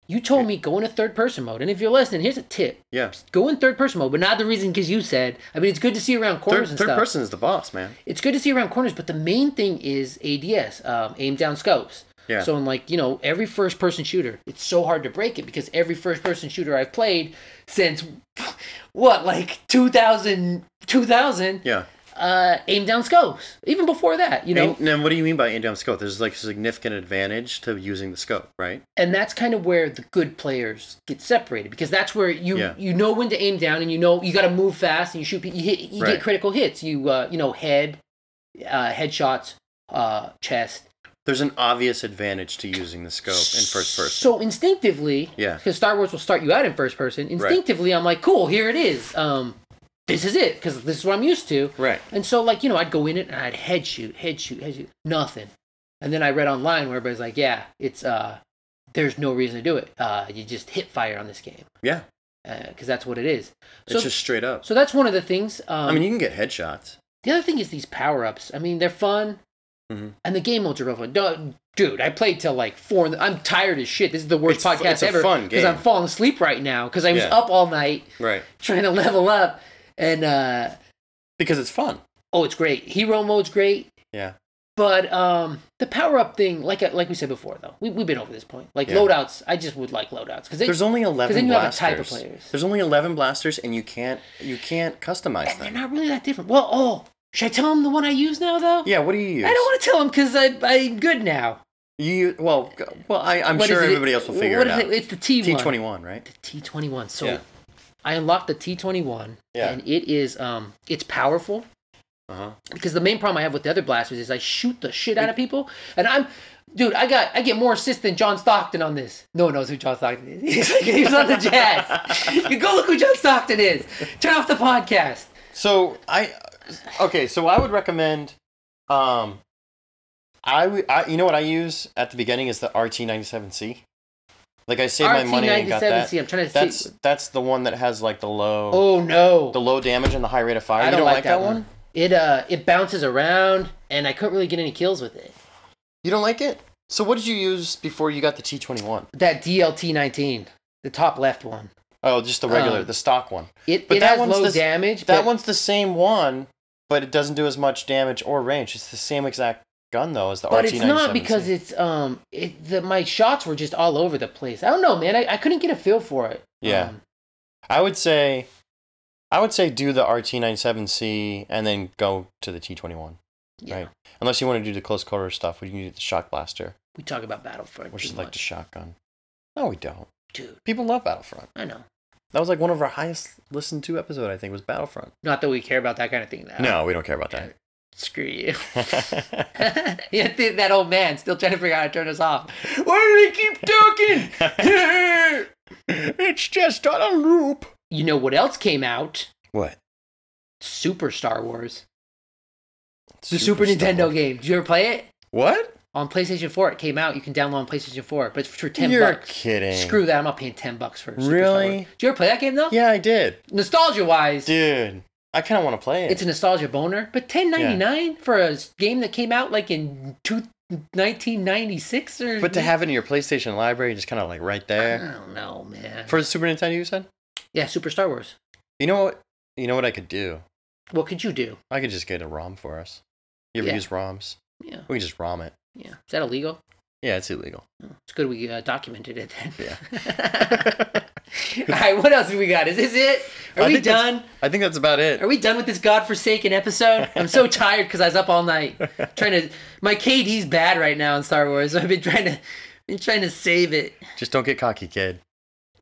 Speaker 1: you told me go into third person mode. And if you're listening, here's a tip:
Speaker 2: yeah.
Speaker 1: go in third person mode, but not the reason because you said. I mean, it's good to see around
Speaker 2: Third,
Speaker 1: corners and
Speaker 2: third
Speaker 1: stuff.
Speaker 2: person is the boss, man.
Speaker 1: It's good to see around corners, but the main thing is ADS, um, aim down scopes.
Speaker 2: Yeah.
Speaker 1: So in like you know every first person shooter, it's so hard to break it because every first person shooter I've played since what like 2000 2000
Speaker 2: yeah.
Speaker 1: uh aim down scopes even before that you know
Speaker 2: And, and what do you mean by aim down scope? There's like a significant advantage to using the scope, right?
Speaker 1: and that's kind of where the good players get separated because that's where you
Speaker 2: Yeah.
Speaker 1: you know when to aim down and you know you got to move fast and you shoot pe- you hit you
Speaker 2: Right.
Speaker 1: get critical hits you uh, you know head uh, headshots uh, chest
Speaker 2: There's an obvious advantage to using the scope in first person.
Speaker 1: so instinctively
Speaker 2: Yeah.
Speaker 1: because Star Wars will start you out in first person instinctively I'm like cool here it is um this is it because this is what I'm used to
Speaker 2: Right.
Speaker 1: And so, like, you know, I'd go in it and I'd head shoot, head shoot, head shoot, nothing. And then I read online where everybody's like, yeah, it's, uh, there's no reason to do it. Uh, you just hit fire on this game.
Speaker 2: Yeah.
Speaker 1: Because that's what it is. So,
Speaker 2: it's just straight up.
Speaker 1: so that's one of the things. Um,
Speaker 2: I mean, you can get headshots.
Speaker 1: the other thing is these power ups. I mean, they're fun.
Speaker 2: Mhm.
Speaker 1: And the game modes are real fun. Duh, Dude, I played till like four. In the, I'm tired as shit. This is the worst
Speaker 2: It's fu-
Speaker 1: podcast
Speaker 2: it's a
Speaker 1: ever.
Speaker 2: fun
Speaker 1: I'm
Speaker 2: game.
Speaker 1: falling asleep right now because I was
Speaker 2: Yeah.
Speaker 1: up all night
Speaker 2: Right.
Speaker 1: trying to level up. And uh,
Speaker 2: Because it's fun.
Speaker 1: oh, it's great. Hero mode's great.
Speaker 2: Yeah.
Speaker 1: But um, the power up thing, like uh, like we said before, though, we we've been over this point. Like
Speaker 2: Yeah.
Speaker 1: loadouts, I just would like loadouts because
Speaker 2: There's only 11
Speaker 1: then you have a
Speaker 2: blasters.
Speaker 1: type of players.
Speaker 2: There's only 11 blasters and you can't you can't customize
Speaker 1: and they're
Speaker 2: them.
Speaker 1: not really that different. Well, oh, should I tell them the one I use now though?
Speaker 2: yeah, what do you use?
Speaker 1: I don't want to tell them because I I'm good now.
Speaker 2: You well, g- well I I'm
Speaker 1: What
Speaker 2: sure
Speaker 1: is it?
Speaker 2: everybody else will figure
Speaker 1: What
Speaker 2: it
Speaker 1: is
Speaker 2: out.
Speaker 1: It's the T one.
Speaker 2: T21, right?
Speaker 1: T twenty one. So
Speaker 2: Yeah.
Speaker 1: I unlocked the T twenty one,
Speaker 2: Yeah.
Speaker 1: and it is um it's powerful.
Speaker 2: Uh-huh.
Speaker 1: because the main problem I have with the other blasters is I shoot the shit out of people, and I'm, dude, I got I get more assists than John Stockton on this. No one knows who John Stockton is. He's like, he was on the Jazz. you go look who John Stockton is. Turn off the podcast.
Speaker 2: So I okay, so I would recommend um I, would- I you know what I use at the beginning is the RT97C. Like I saved my money and got that.
Speaker 1: RT97C. I'm trying to
Speaker 2: That's
Speaker 1: see.
Speaker 2: that's the one that has like the low
Speaker 1: Oh no,
Speaker 2: the low damage and the high rate of fire.
Speaker 1: I
Speaker 2: you
Speaker 1: don't, like, that, one.
Speaker 2: one?
Speaker 1: It uh, it bounces around, and I couldn't really get any kills with it.
Speaker 2: You don't like it? So what did you use before you got the T21?
Speaker 1: That DLT nineteen, the top left one.
Speaker 2: Oh, just the regular,
Speaker 1: Um,
Speaker 2: the stock one.
Speaker 1: It,
Speaker 2: But
Speaker 1: it
Speaker 2: that
Speaker 1: has
Speaker 2: one's
Speaker 1: low
Speaker 2: this-
Speaker 1: damage.
Speaker 2: That
Speaker 1: but-
Speaker 2: one's the same one, but it doesn't do as much damage or range. It's the same exact gun though is the
Speaker 1: But
Speaker 2: RT-97.
Speaker 1: it's not because it's um it the my shots were just all over the place. I don't know, man. I, I couldn't get a feel for it.
Speaker 2: Yeah.
Speaker 1: Um,
Speaker 2: I would say, I would say do the RT-97C and then go to the T-21.
Speaker 1: yeah.
Speaker 2: Right. Unless you want to do the close quarter stuff, we can do the shock blaster,
Speaker 1: We talk about Battlefront.
Speaker 2: which
Speaker 1: too
Speaker 2: is like the
Speaker 1: much.
Speaker 2: shotgun. No, we don't.
Speaker 1: dude.
Speaker 2: People love Battlefront.
Speaker 1: I know.
Speaker 2: That was like one of our highest listened to episode. I think was Battlefront. Ah,
Speaker 1: Not that we care about that kind of thing. Now.
Speaker 2: No, we don't care about that.
Speaker 1: Screw you. yeah, th- that old man still trying to figure out how to turn us off. Why do they keep talking?
Speaker 2: it's just on a loop.
Speaker 1: you know what else came out?
Speaker 2: What?
Speaker 1: Super Star Wars. The Super, Nintendo game. Did you ever play it?
Speaker 2: What?
Speaker 1: On PlayStation 4 it came out. You can download on PlayStation 4, but it's for 10
Speaker 2: You're
Speaker 1: bucks.
Speaker 2: kidding.
Speaker 1: Screw that. I'm not paying 10 bucks for Super Star
Speaker 2: Really?
Speaker 1: Wars. Did you ever play that game though?
Speaker 2: Yeah, I did,
Speaker 1: Nostalgia wise,
Speaker 2: dude. I kind of want to play it.
Speaker 1: it's a nostalgia boner, but 10.99 for a s- game that came out like in two, 1996 or
Speaker 2: but to have it in your PlayStation library, just kind of like right
Speaker 1: I
Speaker 2: there
Speaker 1: don't know, man.
Speaker 2: for the Super Nintendo. You said.
Speaker 1: yeah, Super Star Wars.
Speaker 2: You know what? You know what I could do?
Speaker 1: What could you do?
Speaker 2: I could just get a ROM for us. You ever
Speaker 1: Yeah.
Speaker 2: use ROMs?
Speaker 1: Yeah,
Speaker 2: We can just ROM it.
Speaker 1: yeah. Is that illegal?
Speaker 2: Yeah, it's illegal.
Speaker 1: Oh, It's good we uh, documented it then. Yeah. All right, what else do we got? Is this it? Are
Speaker 2: I
Speaker 1: we
Speaker 2: think that's-
Speaker 1: done?
Speaker 2: I think that's about it.
Speaker 1: Are we done with this godforsaken episode? I'm so tired because I was up all night trying to. My KD's bad right now in Star Wars. I've been trying to, been trying to save it.
Speaker 2: Just don't get cocky, kid.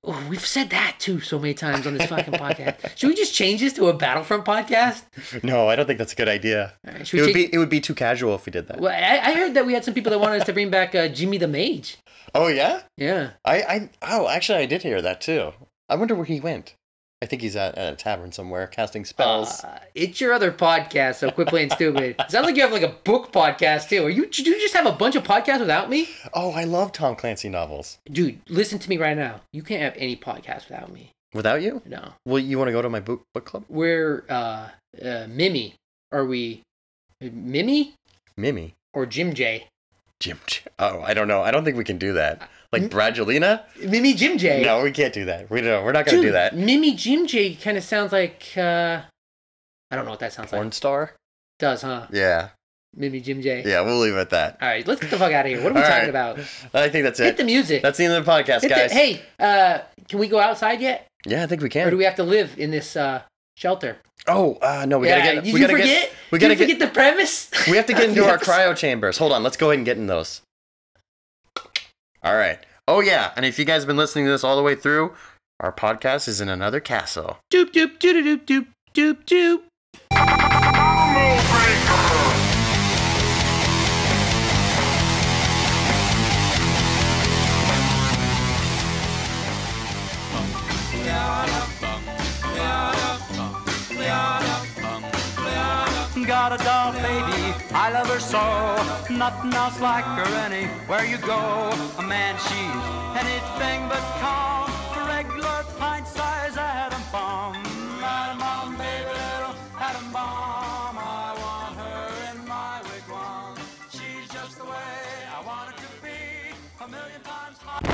Speaker 1: Oh, we've said that too so many times on this fucking podcast. Should we just change this to a Battlefront podcast?
Speaker 2: No, I don't think that's a good idea.
Speaker 1: All right, should we
Speaker 2: It would
Speaker 1: change-
Speaker 2: be it would be too casual if we did that.
Speaker 1: well, I, I heard that we had some people that wanted us to bring back uh, Jimmy the Mage.
Speaker 2: Oh yeah?
Speaker 1: Yeah.
Speaker 2: I, I oh actually I did hear that too. I wonder where he went. I think he's at, at a tavern somewhere casting spells.
Speaker 1: Uh, it's your other podcast, so quit playing stupid. Sounds like you have like a book podcast too. Are you? Do you just have a bunch of podcasts without me,
Speaker 2: oh, I love Tom Clancy novels.
Speaker 1: dude? Listen to me right now. You can't have any podcast without me.
Speaker 2: Without you?
Speaker 1: No,
Speaker 2: Well, you want to go to my book book club?
Speaker 1: we're uh, uh Mimi. Are we Mimi
Speaker 2: Mimi.
Speaker 1: or Jim J?
Speaker 2: Jim. J- Oh, I don't know. I don't think we can do that. Like
Speaker 1: Mm-hmm.
Speaker 2: Bradulina?
Speaker 1: Mimi Jim J.
Speaker 2: No, we can't do that. We don't, we're not going to do that.
Speaker 1: Mimi Jim J. Kind of sounds like uh, I don't know what that sounds like.
Speaker 2: Porn star?
Speaker 1: Does huh?
Speaker 2: Yeah.
Speaker 1: Mimi Jim J.
Speaker 2: Yeah, we'll leave it at that.
Speaker 1: All right, let's get the fuck out of here. What are we
Speaker 2: All
Speaker 1: talking
Speaker 2: right.
Speaker 1: about?
Speaker 2: I think that's
Speaker 1: Hit
Speaker 2: it.
Speaker 1: the music.
Speaker 2: That's the end of the
Speaker 1: Hit
Speaker 2: podcast,
Speaker 1: the-
Speaker 2: guys.
Speaker 1: hey, uh, can we go outside yet?
Speaker 2: Yeah, I think we
Speaker 1: or
Speaker 2: can.
Speaker 1: do we have to live in this uh, shelter?
Speaker 2: oh, uh, no, we
Speaker 1: Yeah,
Speaker 2: gotta get.
Speaker 1: did
Speaker 2: we
Speaker 1: you
Speaker 2: gotta
Speaker 1: forget?
Speaker 2: Get, we
Speaker 1: Did
Speaker 2: gotta
Speaker 1: you
Speaker 2: get.
Speaker 1: forget the premise.
Speaker 2: we have to get into
Speaker 1: Yes.
Speaker 2: our cryo chambers. Hold on, let's go ahead and get in those. All right. Oh yeah, and if you guys have been listening to this all the way through, our podcast is in another castle.
Speaker 1: Doop doop doop doop doop doop doop.
Speaker 4: Got a doll baby, I love her so. Nothing else like her anywhere you go. A man, she's anything but calm. A regular pint size atom bomb. Atom bomb, baby, little atom bomb. I want her in my wigwam. She's just the way I want her to be. A million times hot.